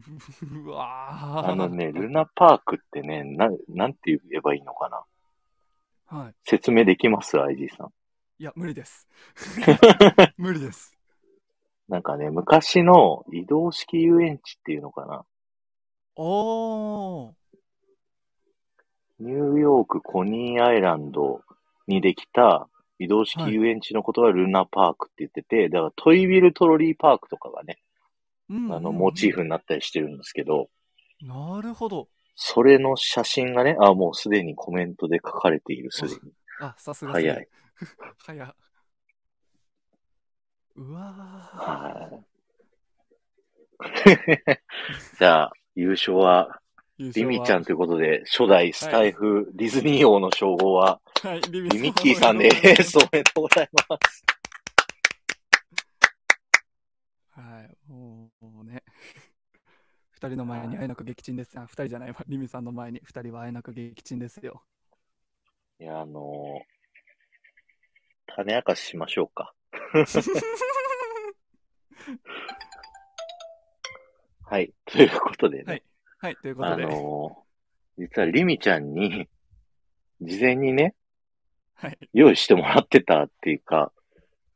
Speaker 2: うわー
Speaker 1: あのね、ルナパークってね、な、なんて言えばいいのかな。
Speaker 2: はい。
Speaker 1: 説明できます ?IG さん。
Speaker 2: いや、無 理です。無理です。
Speaker 1: なんかね、昔の移動式遊園地っていうのかな。
Speaker 2: おー。
Speaker 1: ニューヨーク、コニーアイランドにできた移動式遊園地のことはルナパークって言ってて、だからトイビルトロリーパークとかがね、
Speaker 2: うん
Speaker 1: あの、モチー
Speaker 2: フ。
Speaker 1: フになったりしてるんですけど、
Speaker 2: なるほど。
Speaker 1: それの写真がね、あ、もうすでにコメントで書かれている、すでに。
Speaker 2: あ、さすが
Speaker 1: 早
Speaker 2: す
Speaker 1: い。
Speaker 2: が早っうわ
Speaker 1: はい。 じゃあ、優勝は、
Speaker 2: ー。優勝
Speaker 1: リ
Speaker 2: は
Speaker 1: ミちゃん。ということで、初代スタイフ、ディズニー王の称号は、
Speaker 2: はい、リミ
Speaker 1: リミッキーさん です。。おめでとうございます。
Speaker 2: はい、もうもうね。二人の前にあえなく撃沈です。あ、二人じゃないわ。リミさんの前に二人はあえなく撃沈です よ。
Speaker 1: いや、あのー種明かししましょうか。はい。ということでね。
Speaker 2: はいはい、ということ
Speaker 1: あ
Speaker 2: で。
Speaker 1: のー実はリミちゃんに、事前にね、
Speaker 2: はい、
Speaker 1: 用意してもらってたっていうか、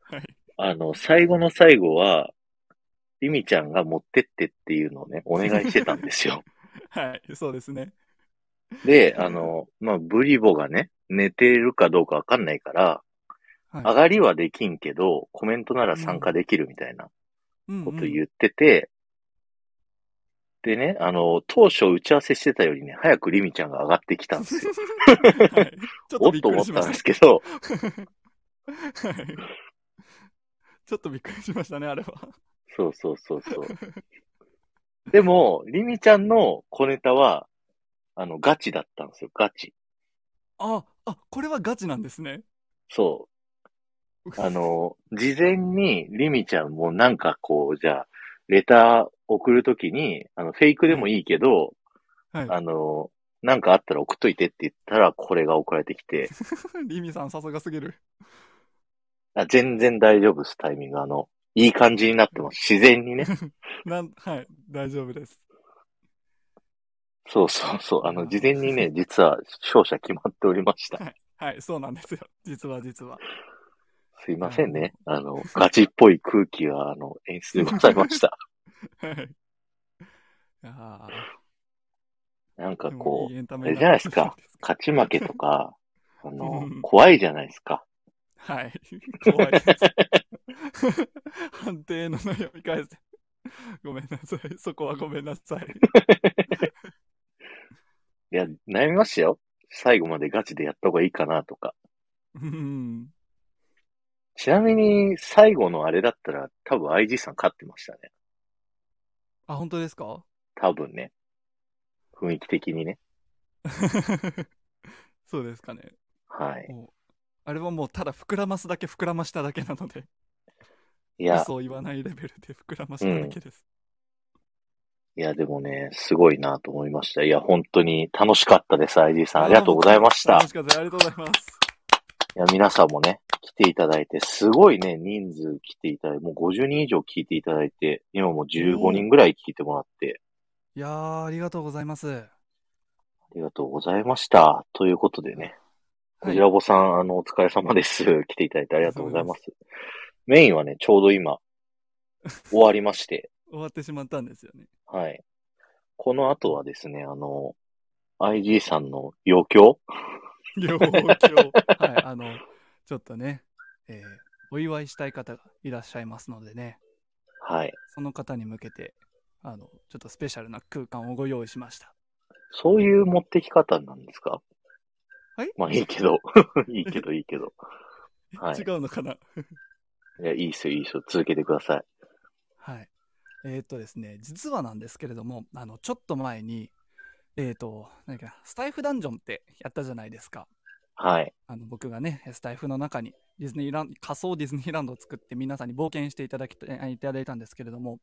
Speaker 2: はい。
Speaker 1: あの、最後の最後は、リミちゃんが持ってってっていうのをね、お願いしてたんです よ。
Speaker 2: はい、そうですね。
Speaker 1: で、あの、まあ、ブリボがね、寝てるかどうかわかんないから、
Speaker 2: はい
Speaker 1: 上がりはできんけど、コメントなら参加できるみたいな
Speaker 2: うん、う
Speaker 1: こ
Speaker 2: ん
Speaker 1: と言ってて、でね、あの、当初打ち合わせしてたよりね、早くリミちゃんが上がってきたんですよ。
Speaker 2: はい ちょ
Speaker 1: お
Speaker 2: っと
Speaker 1: っ
Speaker 2: びっ
Speaker 1: と
Speaker 2: く
Speaker 1: 思
Speaker 2: り
Speaker 1: っ
Speaker 2: したま
Speaker 1: んで
Speaker 2: し
Speaker 1: すけど、
Speaker 2: た。はいちょっとびっくりしましたね、あれは。
Speaker 1: そうそうそうそう。でも、リミちゃんの小ネタは、あの、ガチだったんですよ、ガチ。
Speaker 2: あ、あ、これはガチなんですね。
Speaker 1: そう。あの、事前にリミちゃんもなんかこう、じゃあ、レター送るときに、あの、フェイクでもいいけど、
Speaker 2: はい、
Speaker 1: あの、なんかあったら送っといてって言ったら、これが送られてきて、
Speaker 2: リミさん、さすがすぎる。
Speaker 1: あ全然大丈夫です、タイミング。あの、いい感じになってます。自然 にね。
Speaker 2: なんはい、大丈夫です。
Speaker 1: そうそうそう。あの、事前にね、実は勝者決まっておりました。
Speaker 2: はい、そうなんですよ。実は実は。
Speaker 1: すいませんね。あの、ガチっぽい空気が、あの、演出でございま した。
Speaker 2: はい。あ
Speaker 1: なん
Speaker 2: あ、
Speaker 1: かこう
Speaker 2: でも、いエンタ
Speaker 1: あ
Speaker 2: メ
Speaker 1: れ
Speaker 2: に
Speaker 1: じゃない
Speaker 2: なっ
Speaker 1: で
Speaker 2: て
Speaker 1: す
Speaker 2: るん
Speaker 1: か。勝ち負けとか、あの
Speaker 2: うん、
Speaker 1: 怖いじゃないですか。
Speaker 2: はい。怖いです。判定の読み返せ。ごめんなさい。そこはごめんなさい。
Speaker 1: いや、悩みましたよ。最後までガチでやった方がいいかなとか。
Speaker 2: うん。
Speaker 1: ちなみに、最後のあれだったら、多分 IG さん勝ってましたね。
Speaker 2: あ、本当ですか
Speaker 1: 多分ね。雰囲気的にね。
Speaker 2: そうですかね。
Speaker 1: はい。
Speaker 2: もうあれはもうただ膨らますだけ膨らましただけなので、
Speaker 1: いや、
Speaker 2: 嘘を言わないレベルで膨らましただけです。
Speaker 1: いや、でもね、すごいなと思いました。いや、本当に楽しかったです、IG さん。ありがとうございました。い
Speaker 2: 楽しかったですありがとうございます。
Speaker 1: や、皆さんもね、来ていただいて、すごいね、人数来ていただいて、もう50人以上聞いていただいて、今も15人ぐらい聞いてもらって、
Speaker 2: いやー、ありがとうございます。は
Speaker 1: ありがとうございました。ということでね、こ
Speaker 2: い
Speaker 1: じらぼさん、あの、お疲れ様です。来ていただいてありがとうございます。メインはね、ちょうど今、終わりまして、
Speaker 2: 終わってしまったんですよね。
Speaker 1: はい。この後はですね、あの、IG さんの余興
Speaker 2: 両方はい、あの、ちょっとね、えーお祝いしたい方がいらっしゃいますのでね、
Speaker 1: はい。
Speaker 2: その方に向けて、あの、ちょっとスペシャルな空間をご用意しました。
Speaker 1: そういう持ってき方なんですか
Speaker 2: はい
Speaker 1: まあいいけ ど、いいけどいいけど。はい
Speaker 2: 違うのかない
Speaker 1: や、いいっすよ、いいっすよ。続けてください。
Speaker 2: はい。えーっとですね、実はなんですけれども、あの、ちょっと前に、えっ、と、なんだっけな、スタイフダンジョンってやったじゃないですか。
Speaker 1: はい。
Speaker 2: あの僕がね、スタイフの中にディズニーランド、仮想ディズニーランドを作って皆さんに冒険していただきたいただいたんですけれども、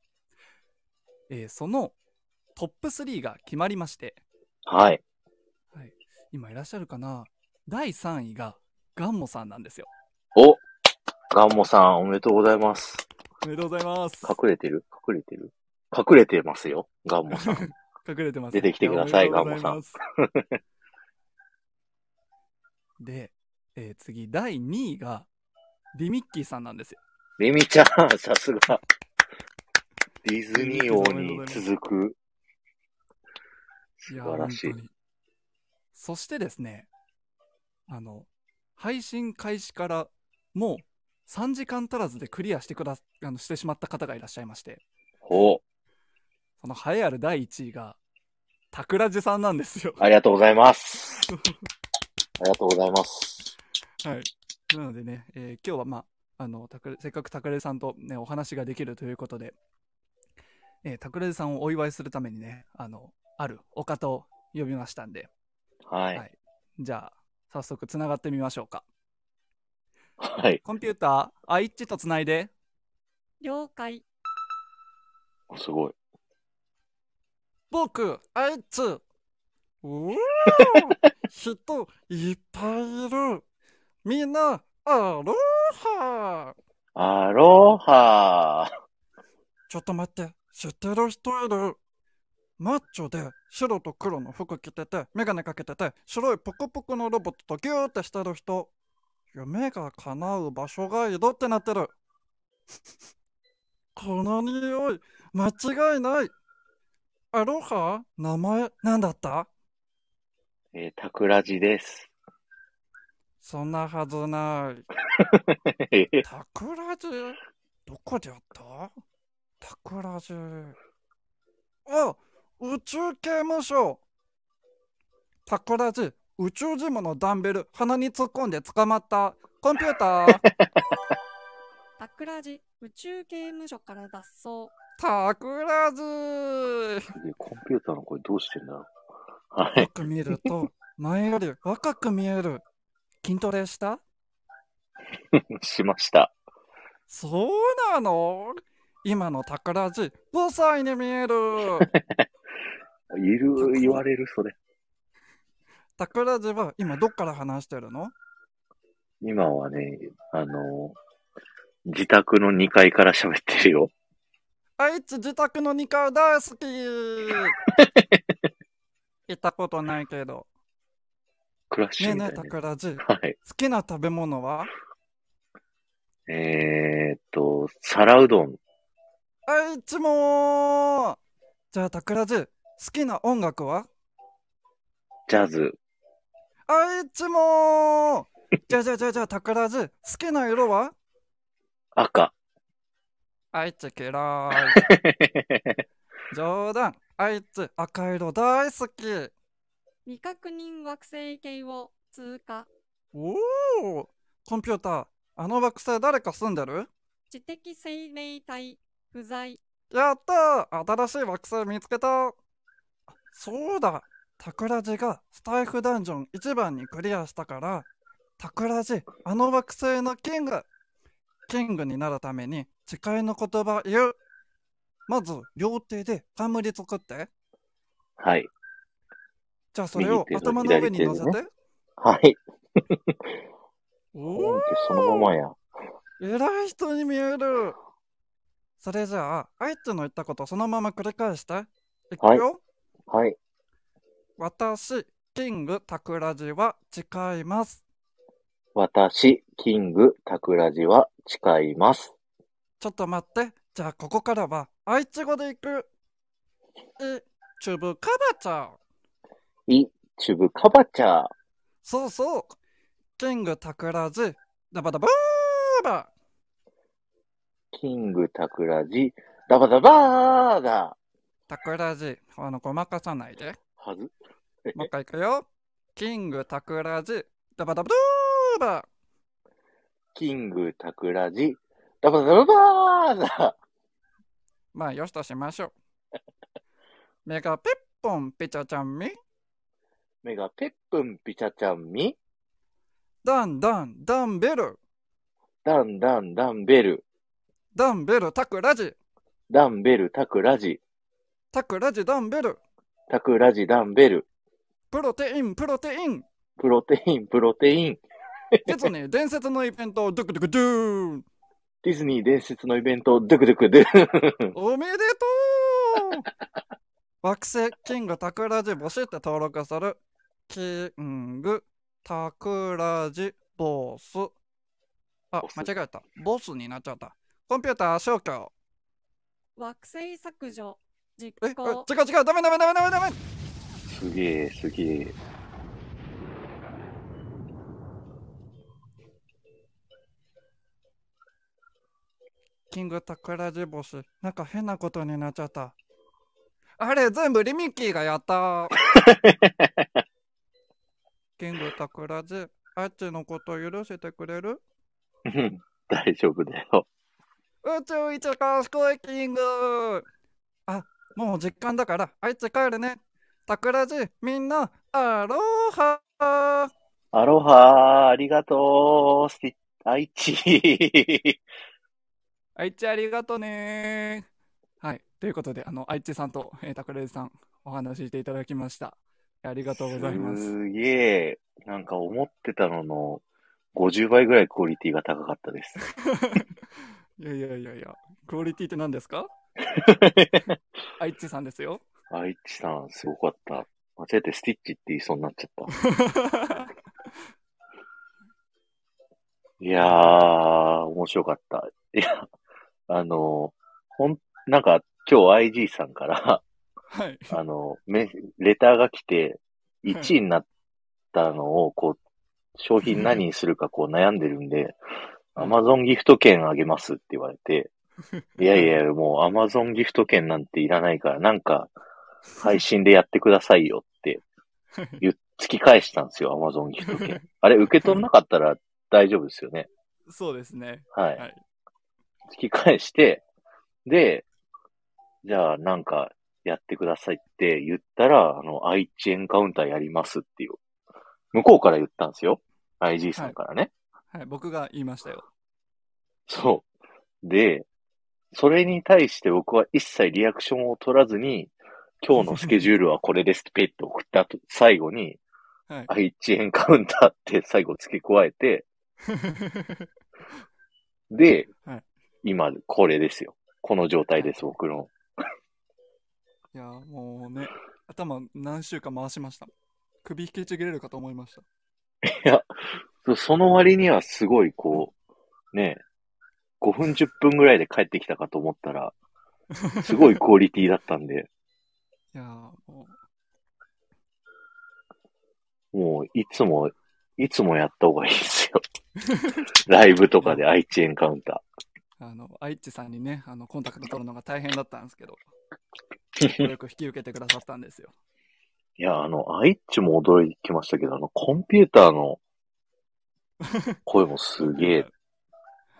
Speaker 2: えーそのトップ3が決まりまして、
Speaker 1: はい。
Speaker 2: はい、今いらっしゃるかな第3位がガンモさんなんですよ。
Speaker 1: おガンモさん、おめでとうございます。
Speaker 2: おめでとうございます。
Speaker 1: 隠れてる隠れてる隠れてますよ、ガンモ さん。
Speaker 2: 隠れてます。
Speaker 1: 出てきてください
Speaker 2: やおめでとうございます で、えー次、第2位が、リミッキーさんなんですよ。
Speaker 1: リミちゃん、さすが。ディズニー王に続く。素
Speaker 2: いや
Speaker 1: 晴らしい
Speaker 2: 本。当にそしてですね、あの、配信開始からもう3時間足らずでクリアしてくだ、あのしてしまった方がいらっしゃいまして、
Speaker 1: お
Speaker 2: その栄えある第1位が、タクラジさんなんですよ。
Speaker 1: ありがとうございます。 ありがとうございます。
Speaker 2: はい。なのでね、えー今日は、まあ、あの、たくせっかく拓さんとね、お話ができるということで、えー、拓さんをお祝いするためにね、あの、あるお方を呼びましたんで、
Speaker 1: はい。
Speaker 2: はいじゃあ、早速つながってみましょうか。
Speaker 1: はい。
Speaker 2: コンピューター、あいっちとつないで。
Speaker 3: 了解。
Speaker 1: すごい。
Speaker 2: 僕、あいっち。うおー人、いっぱいいる。みんな、アロハ
Speaker 1: アロハ
Speaker 2: ちょっと待って、知ってる人いる。マッチョで白と黒の服着てて、メガネかけてて、白いポコポコのロボットとギューってしてる人。夢が叶う場所が井戸ってなってる。 この匂い、間違いない。アロハ名前、なんだった
Speaker 1: えー、タクラジです。
Speaker 2: そんなはずない。
Speaker 1: えへ
Speaker 2: タクラジどこでやったタクラジあ宇宙刑務所タクラジ宇宙ジムのダンベル鼻に突っ込んで捕まったコンピュー ター
Speaker 3: タクラジ宇宙刑務所から脱走。
Speaker 2: タクラジ
Speaker 1: コンピューターの声どうしてんだろう。はい
Speaker 2: よ。く見ると前より若く見える筋トレした
Speaker 1: しました。
Speaker 2: そうなの今のタクラジ5歳に見え る
Speaker 1: いる、言われる、それ。
Speaker 2: タクラジは今どっから話してるの
Speaker 1: 今はね、あのー自宅の2階から喋ってるよ。
Speaker 2: 愛知自宅の2階大好 き行ったことないけど。
Speaker 1: クラッシ
Speaker 2: ねえ
Speaker 1: ュみ
Speaker 2: ね
Speaker 1: たいな、
Speaker 2: え、桜地。好
Speaker 1: はい。
Speaker 2: きな食べ物は
Speaker 1: えー、っと、皿うどん。
Speaker 2: 愛知もじゃあ、桜地、好きな音楽は
Speaker 1: ジャズ、
Speaker 2: 愛知もじゃあじゃあじゃあじゃあ、桜地、好きな色は
Speaker 1: 赤。
Speaker 2: 愛知嫌い。冗談。愛知、赤色大好き。
Speaker 3: 未確認惑星系を通過。
Speaker 2: おおコンピューター、あの惑星誰か住んでる
Speaker 3: 知的生命体不在。
Speaker 2: やったー新しい惑星見つけたあそうだタクラジがスタイフダンジョン1番にクリアしたからタクラジあの惑星のキングキングになるために誓いの言葉言うまず両手で冠作って
Speaker 1: はい。
Speaker 2: じゃあそれを
Speaker 1: 右手と
Speaker 2: 頭の上に乗せ
Speaker 1: 左手
Speaker 2: て
Speaker 1: はい。
Speaker 2: おー
Speaker 1: そのままや。
Speaker 2: 偉い人に見えるそれじゃああいつの言ったことそのまま繰り返していくよ、
Speaker 1: はいはい。
Speaker 2: 私、キングタクラジは誓います。
Speaker 1: 私、キング、タクラジは誓います。
Speaker 2: ちょっと待って。じゃあ、ここからは愛知語でいく。い、チュブカバチャー。
Speaker 1: い、チュブカバチャー。
Speaker 2: そうそう。キングタクラジ、ダバダバーバ
Speaker 1: キング、タクラジ、ダバダバーだ。
Speaker 2: タクラジ、あの、ごまかさないで。
Speaker 1: はず。
Speaker 2: もう一回いくよ。キングタクラジ、ダバダバーバ
Speaker 1: キング、タクラジ、ダバダバーだ。
Speaker 2: まあ、よしとしましょう。メガピッぽんぺちゃちゃんみ
Speaker 1: 目がペップンピチャちゃんみ、
Speaker 2: ダンダンダンベル
Speaker 1: ダンダンダンベル、
Speaker 2: ダンベルタクラジ
Speaker 1: ダンベルタクラジ、
Speaker 2: タクラジダンベル
Speaker 1: タクラジダンベル、
Speaker 2: プロテインプロテイン
Speaker 1: プロテインプロテイン、
Speaker 2: ディズニー 伝説のイベントドゥクドゥクドゥーン
Speaker 1: ディズニー伝説のイベント、ドゥクドゥクドゥ。
Speaker 2: おめでとう惑星キングタクラジ募集って登録するキングタクラジボスあ
Speaker 1: ボス
Speaker 2: 間違えたボスになっちゃったコンピューター消去
Speaker 3: 惑星削除実
Speaker 2: ええ違う
Speaker 3: 行
Speaker 2: 違うダメダメダメダメダメ
Speaker 1: すげえ、すげえ。
Speaker 2: キングタクラジボスなんか変なことになっちゃったあれ全部リミッキーがやったキングタクラジあっちのこと許してくれる
Speaker 1: うん大丈夫だよ。
Speaker 2: 宇宙一賢いキングあもう実感だからあいつ帰るねタクラジみんなアロハ
Speaker 1: アロハー、ありがとう、スティ愛知。
Speaker 2: あいちありがとねはいということであのあいちさんと、えータクラジさんお話ししていただきましたありがとうございます
Speaker 1: すげえ、なんか思ってたのの50倍ぐらいクオリティが高かったです。
Speaker 2: いやいやいやいやクオリティって何ですかあいちさんですよ
Speaker 1: 愛知さん、すごかった。間違えてスティッチって言いそうになっちゃった。いやー、面白かった。いや、あの、ほん、なんか今日 IG さんから、
Speaker 2: はい
Speaker 1: あの、め、レターが来て、1位になったのを、こう、商品何にするかこう悩んでるんで、アマゾンギフト券あげますって言われて、いやいや、もうアマゾンギフト券なんていらないから、なんか、配信でやってくださいよって、言っ突き返したんですよ、アマゾンギフト券。あれ、受け取んなかったら大丈夫ですよね。
Speaker 2: そうですね
Speaker 1: はい。
Speaker 2: はい
Speaker 1: 突き返して、で、じゃあなんかやってくださいって言ったら、あの、愛知エンカウンターやりますっていう。向こうから言ったんですよ。IG さんからね。
Speaker 2: はい僕が言いましたよ
Speaker 1: そう。で、それに対して僕は一切リアクションを取らずに、今日のスケジュールはこれですってペッと送った後、最後に、
Speaker 2: はい
Speaker 1: 愛知エンカウンターって 最後付け加え て、で、
Speaker 2: はい
Speaker 1: 今これですよ。この状態です、僕の。
Speaker 2: いやーもうね、頭何週間回しました。首引きちぎれるかと思いました。
Speaker 1: そうその割にはすごいこう、ねえ、5分10分ぐらいで帰ってきたかと思った ら、すごいクオリティだったんで、
Speaker 2: いやーも
Speaker 1: もういつも、いつもやった方がいいですよ。 ライブとかで愛知エンカウンタ
Speaker 2: う、あの、愛知さんにね、あの、コンタクト取るのが大変だったんですけど、
Speaker 1: ー。
Speaker 2: よく引き受けてくださったんですよ。
Speaker 1: いや、あの、愛知も驚きましたけど、あの、コンピューターの声もすげえ、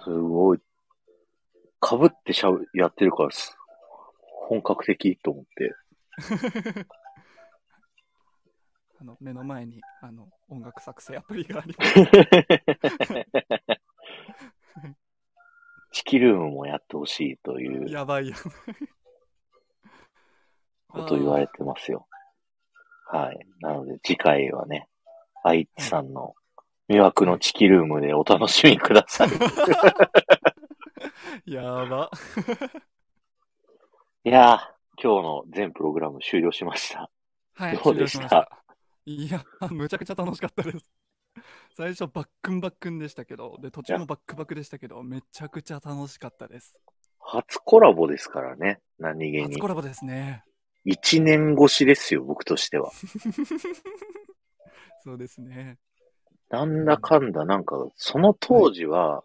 Speaker 1: すごい、被ってしゃぶ、やってるからす、本格的と思って。
Speaker 2: あの、目の前に、あの、音楽作成アプリがあり
Speaker 1: チキルームもやってほしいという
Speaker 2: やばいや
Speaker 1: ことを言われてますよ。はい。なので次回はね、愛知さんの魅惑のチキルームでお楽しみください。
Speaker 2: ば い。やば。
Speaker 1: いやー、今日の全プログラム終了しました。
Speaker 2: はい、
Speaker 1: どうでし
Speaker 2: 終
Speaker 1: た
Speaker 2: 了ました。いや、むちゃくちゃ楽しかったです。 最初バックンバックンでしたけど、で、途中もバックバックでしたけど、めちゃくちゃ楽しかったです。
Speaker 1: 初コラボですからね、何気
Speaker 2: 初
Speaker 1: に
Speaker 2: コ。ラボですね。
Speaker 1: 一年越しですよ、僕としては。
Speaker 2: そうですね。
Speaker 1: なんだかんだ、なんか、その当時は、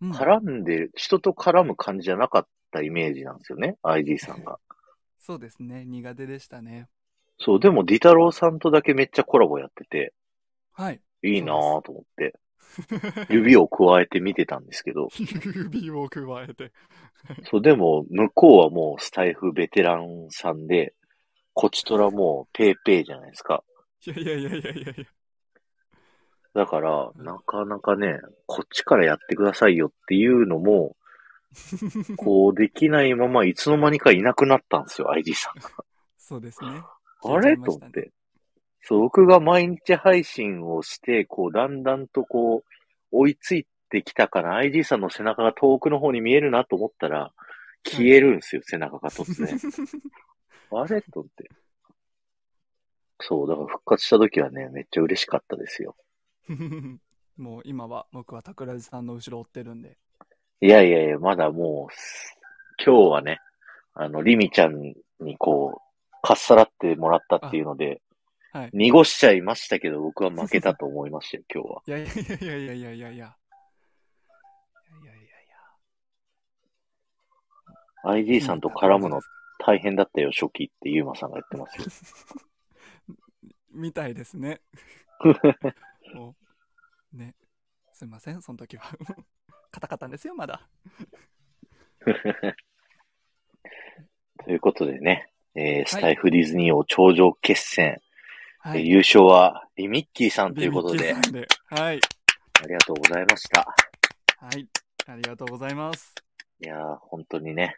Speaker 2: うん、
Speaker 1: 絡んで、人と絡む感じじゃなかったイメージなんですよね、IG さんが。
Speaker 2: そうですね。苦手でしたね。
Speaker 1: そう、でも、ディタロウさんとだけめっちゃコラボやってて、
Speaker 2: はい。
Speaker 1: いいなぁと思って、指を加えて見てたんですけど、
Speaker 2: 指を加えて。
Speaker 1: そう、でも、向こうはもうスタイフベテランさんで、こちとらもうペーペーじゃないですか。
Speaker 2: いやいやいやいやいやいや。
Speaker 1: だから、
Speaker 2: うん
Speaker 1: なかなかね、こっちからやってくださいよっていうのも、こうできないままいつの間にかいなくなったんですよ、IG さんが。
Speaker 2: そうですね。
Speaker 1: あれ
Speaker 2: 消えちゃいま
Speaker 1: と
Speaker 2: し
Speaker 1: 思
Speaker 2: たね
Speaker 1: って。そう、僕が毎日配信をして、こう、だんだんとこう、追いついてきたから、IG さんの背中が遠くの方に見えるなと思ったら、消えるんですよ、背中が突然。あれと思って。そう、だから復活した時はね、めっちゃ嬉しかったですよ。
Speaker 2: もう今は僕は桜地さんの後ろ追ってるんで。
Speaker 1: いやいやいや、まだもうす、今日はね、あの、リミちゃんにこう、かっさらってもらったっていうので、
Speaker 2: はい。
Speaker 1: 濁しちゃいましたけど、僕は負けたと思いましたよ、今日は。
Speaker 2: いやいやいやいやいやいやいやいやいやいやいや。
Speaker 1: IG さんと絡むの大変だったよ、初期ってユーマさんが言ってますよ。
Speaker 2: みたいです ね。もうね。すいません、その時は。 カタカタですよ、まだ。
Speaker 1: ということでね、えースタイフディズニー王頂上決戦、
Speaker 2: は
Speaker 1: えー優勝はリミッキーさんということ
Speaker 2: ビビ
Speaker 1: で
Speaker 2: ッ、キーさんではい。
Speaker 1: ありがとうございました。
Speaker 2: はい。ありがとうございます。
Speaker 1: いやー、本当にね、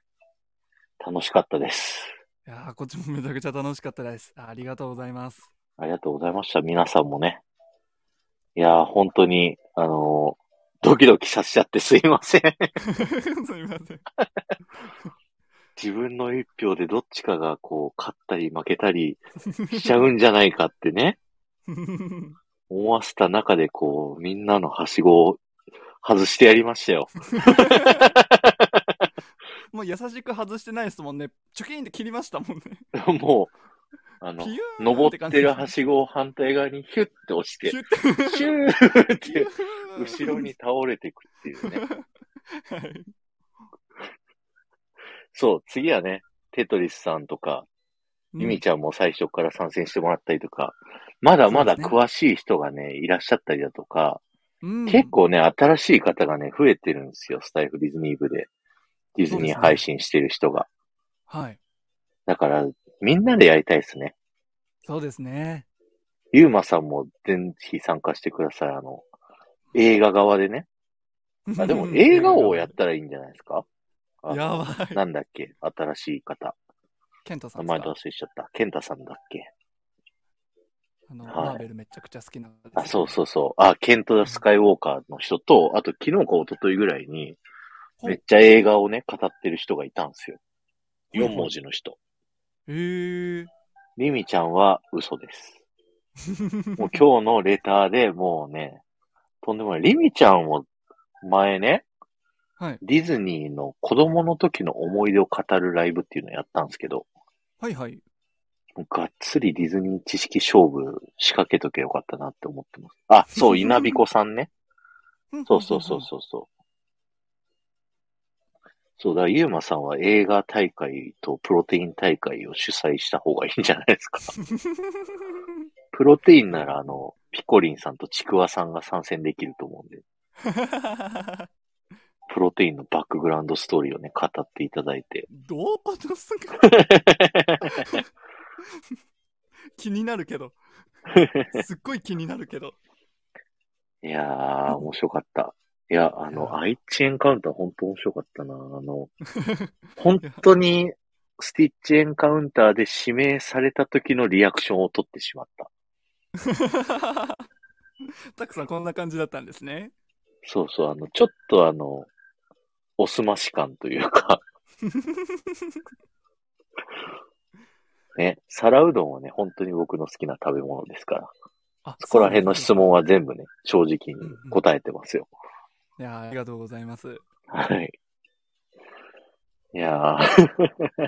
Speaker 1: 楽しかったです。
Speaker 2: いやーこっちもめちゃくちゃ楽しかったです。ありがとうございます。
Speaker 1: ありがとうございました。皆さんもね。いやー、本当に、あのードキドキさせちゃってすいません。
Speaker 2: すみません。
Speaker 1: 自分の一票でどっちかがこう、勝ったり負けたりしちゃうんじゃないかってね、 思わせた中でこう、みんなのはしごを外してやりましたよ。
Speaker 2: もう優しく外してないですもんね。チョキンって切りましたもんね。
Speaker 1: もう、あの
Speaker 2: ピ、ューン
Speaker 1: 登ってるは
Speaker 2: 感じ
Speaker 1: しごを反対側にヒュッて押して、
Speaker 2: シュ ッ
Speaker 1: シューっ
Speaker 2: ピ
Speaker 1: て
Speaker 2: ューン
Speaker 1: 後ろに。倒れていくっていうね。
Speaker 2: はい。
Speaker 1: そう、次はね、テトリスさんとか、
Speaker 2: うん
Speaker 1: ゆみちゃんも最初から参戦してもらったりとか、まだまだ
Speaker 2: そうです
Speaker 1: 詳しい人がね、いらっしゃったりだとか、
Speaker 2: うん
Speaker 1: 結構ね、新しい方がね、増えてるんですよ、スタイフディズニー部で。ディズニー配信してる人が。
Speaker 2: はい。
Speaker 1: だから、みんなでやりたいですね。
Speaker 2: そうですね。
Speaker 1: ゆうまさんもぜひ参加してください。あの、映画側でね。あでも映画をやったらいいんじゃないですかあ
Speaker 2: やばい。
Speaker 1: なんだっけ新しい方。
Speaker 2: ケントさ
Speaker 1: 名
Speaker 2: んです
Speaker 1: 前
Speaker 2: か
Speaker 1: 忘れしちゃった。ケンタさんだっけ
Speaker 2: あの、
Speaker 1: はい
Speaker 2: マーベルめちゃくちゃ好きな方です
Speaker 1: あ、そうそうそう。あ、ケント・スカイウォーカーの人と、あと昨日か一昨日ぐらいに、
Speaker 2: ほう
Speaker 1: めっちゃ映画をね、語ってる人がいたんですよ。
Speaker 2: ほいほ
Speaker 1: 4
Speaker 2: い
Speaker 1: 文字の人。
Speaker 2: へー。
Speaker 1: リミちゃんは嘘です。もう今日のレターでもうね、とんでもない。リミちゃんも前ね、
Speaker 2: はい。
Speaker 1: ディズニーの子供の時の思い出を語るライブっていうのをやったんですけど、
Speaker 2: はいはい。
Speaker 1: がっつりディズニー知識勝負仕掛けとけよかったなって思ってます。あ、そう、稲彦さんね。そうそうそうそうそう。そうだ、ゆうまさんは映画大会とプロテイン大会を主催した方がいいんじゃない ですか。プロテインなら、あの、ピコリンさんとちくわさんが参戦できると思うんで、プロテインのバックグラウンドストーリーをね、語っていただいて。
Speaker 2: どういうことっすか 気にな るけど。すっごい気になるけど。
Speaker 1: いやー、面白かった。いや、あ
Speaker 2: いや
Speaker 1: の、愛知エンカウンター本当面白かったな。あ の、本当に、スティッチエンカウンターで指名された時のリアクションを取ってしまった。
Speaker 2: たくさんこんな感じだったんですね。
Speaker 1: そうそう、あの、ちょっとあの、おすまし感というか、 ね、皿うどんはね、本当に僕の好きな食べ物ですから、
Speaker 2: あ
Speaker 1: そこら辺の質
Speaker 2: 問。
Speaker 1: 問は全部ね、正直に答えてますよ。
Speaker 2: いやーありがとうございます。
Speaker 1: はい。いやー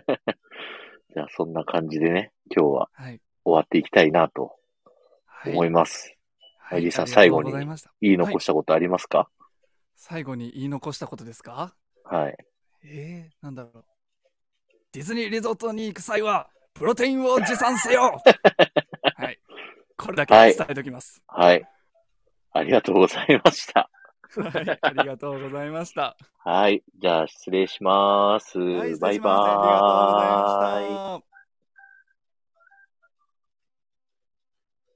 Speaker 1: じゃあそんな感じでね、今日は
Speaker 2: はい。
Speaker 1: 終わっていきたいなと
Speaker 2: は
Speaker 1: 思います。
Speaker 2: はい
Speaker 1: アイリーさん
Speaker 2: ありがとう
Speaker 1: 最後に
Speaker 2: ございました
Speaker 1: 言い残したことありますか
Speaker 2: 最後に言い残したことですか
Speaker 1: はい。
Speaker 2: えー、なんだろう。ディズニーリゾートに行く際は、プロテインを持参せ よはい。これだけ
Speaker 1: はい
Speaker 2: 伝えておきます。
Speaker 1: はい。ありがとうございました。
Speaker 2: はい。ありがとうございま した。
Speaker 1: はい。じゃあ失礼します。
Speaker 2: はい、失
Speaker 1: バ
Speaker 2: 礼
Speaker 1: イ
Speaker 2: しますありがとうござい
Speaker 1: バーイ。
Speaker 2: ました。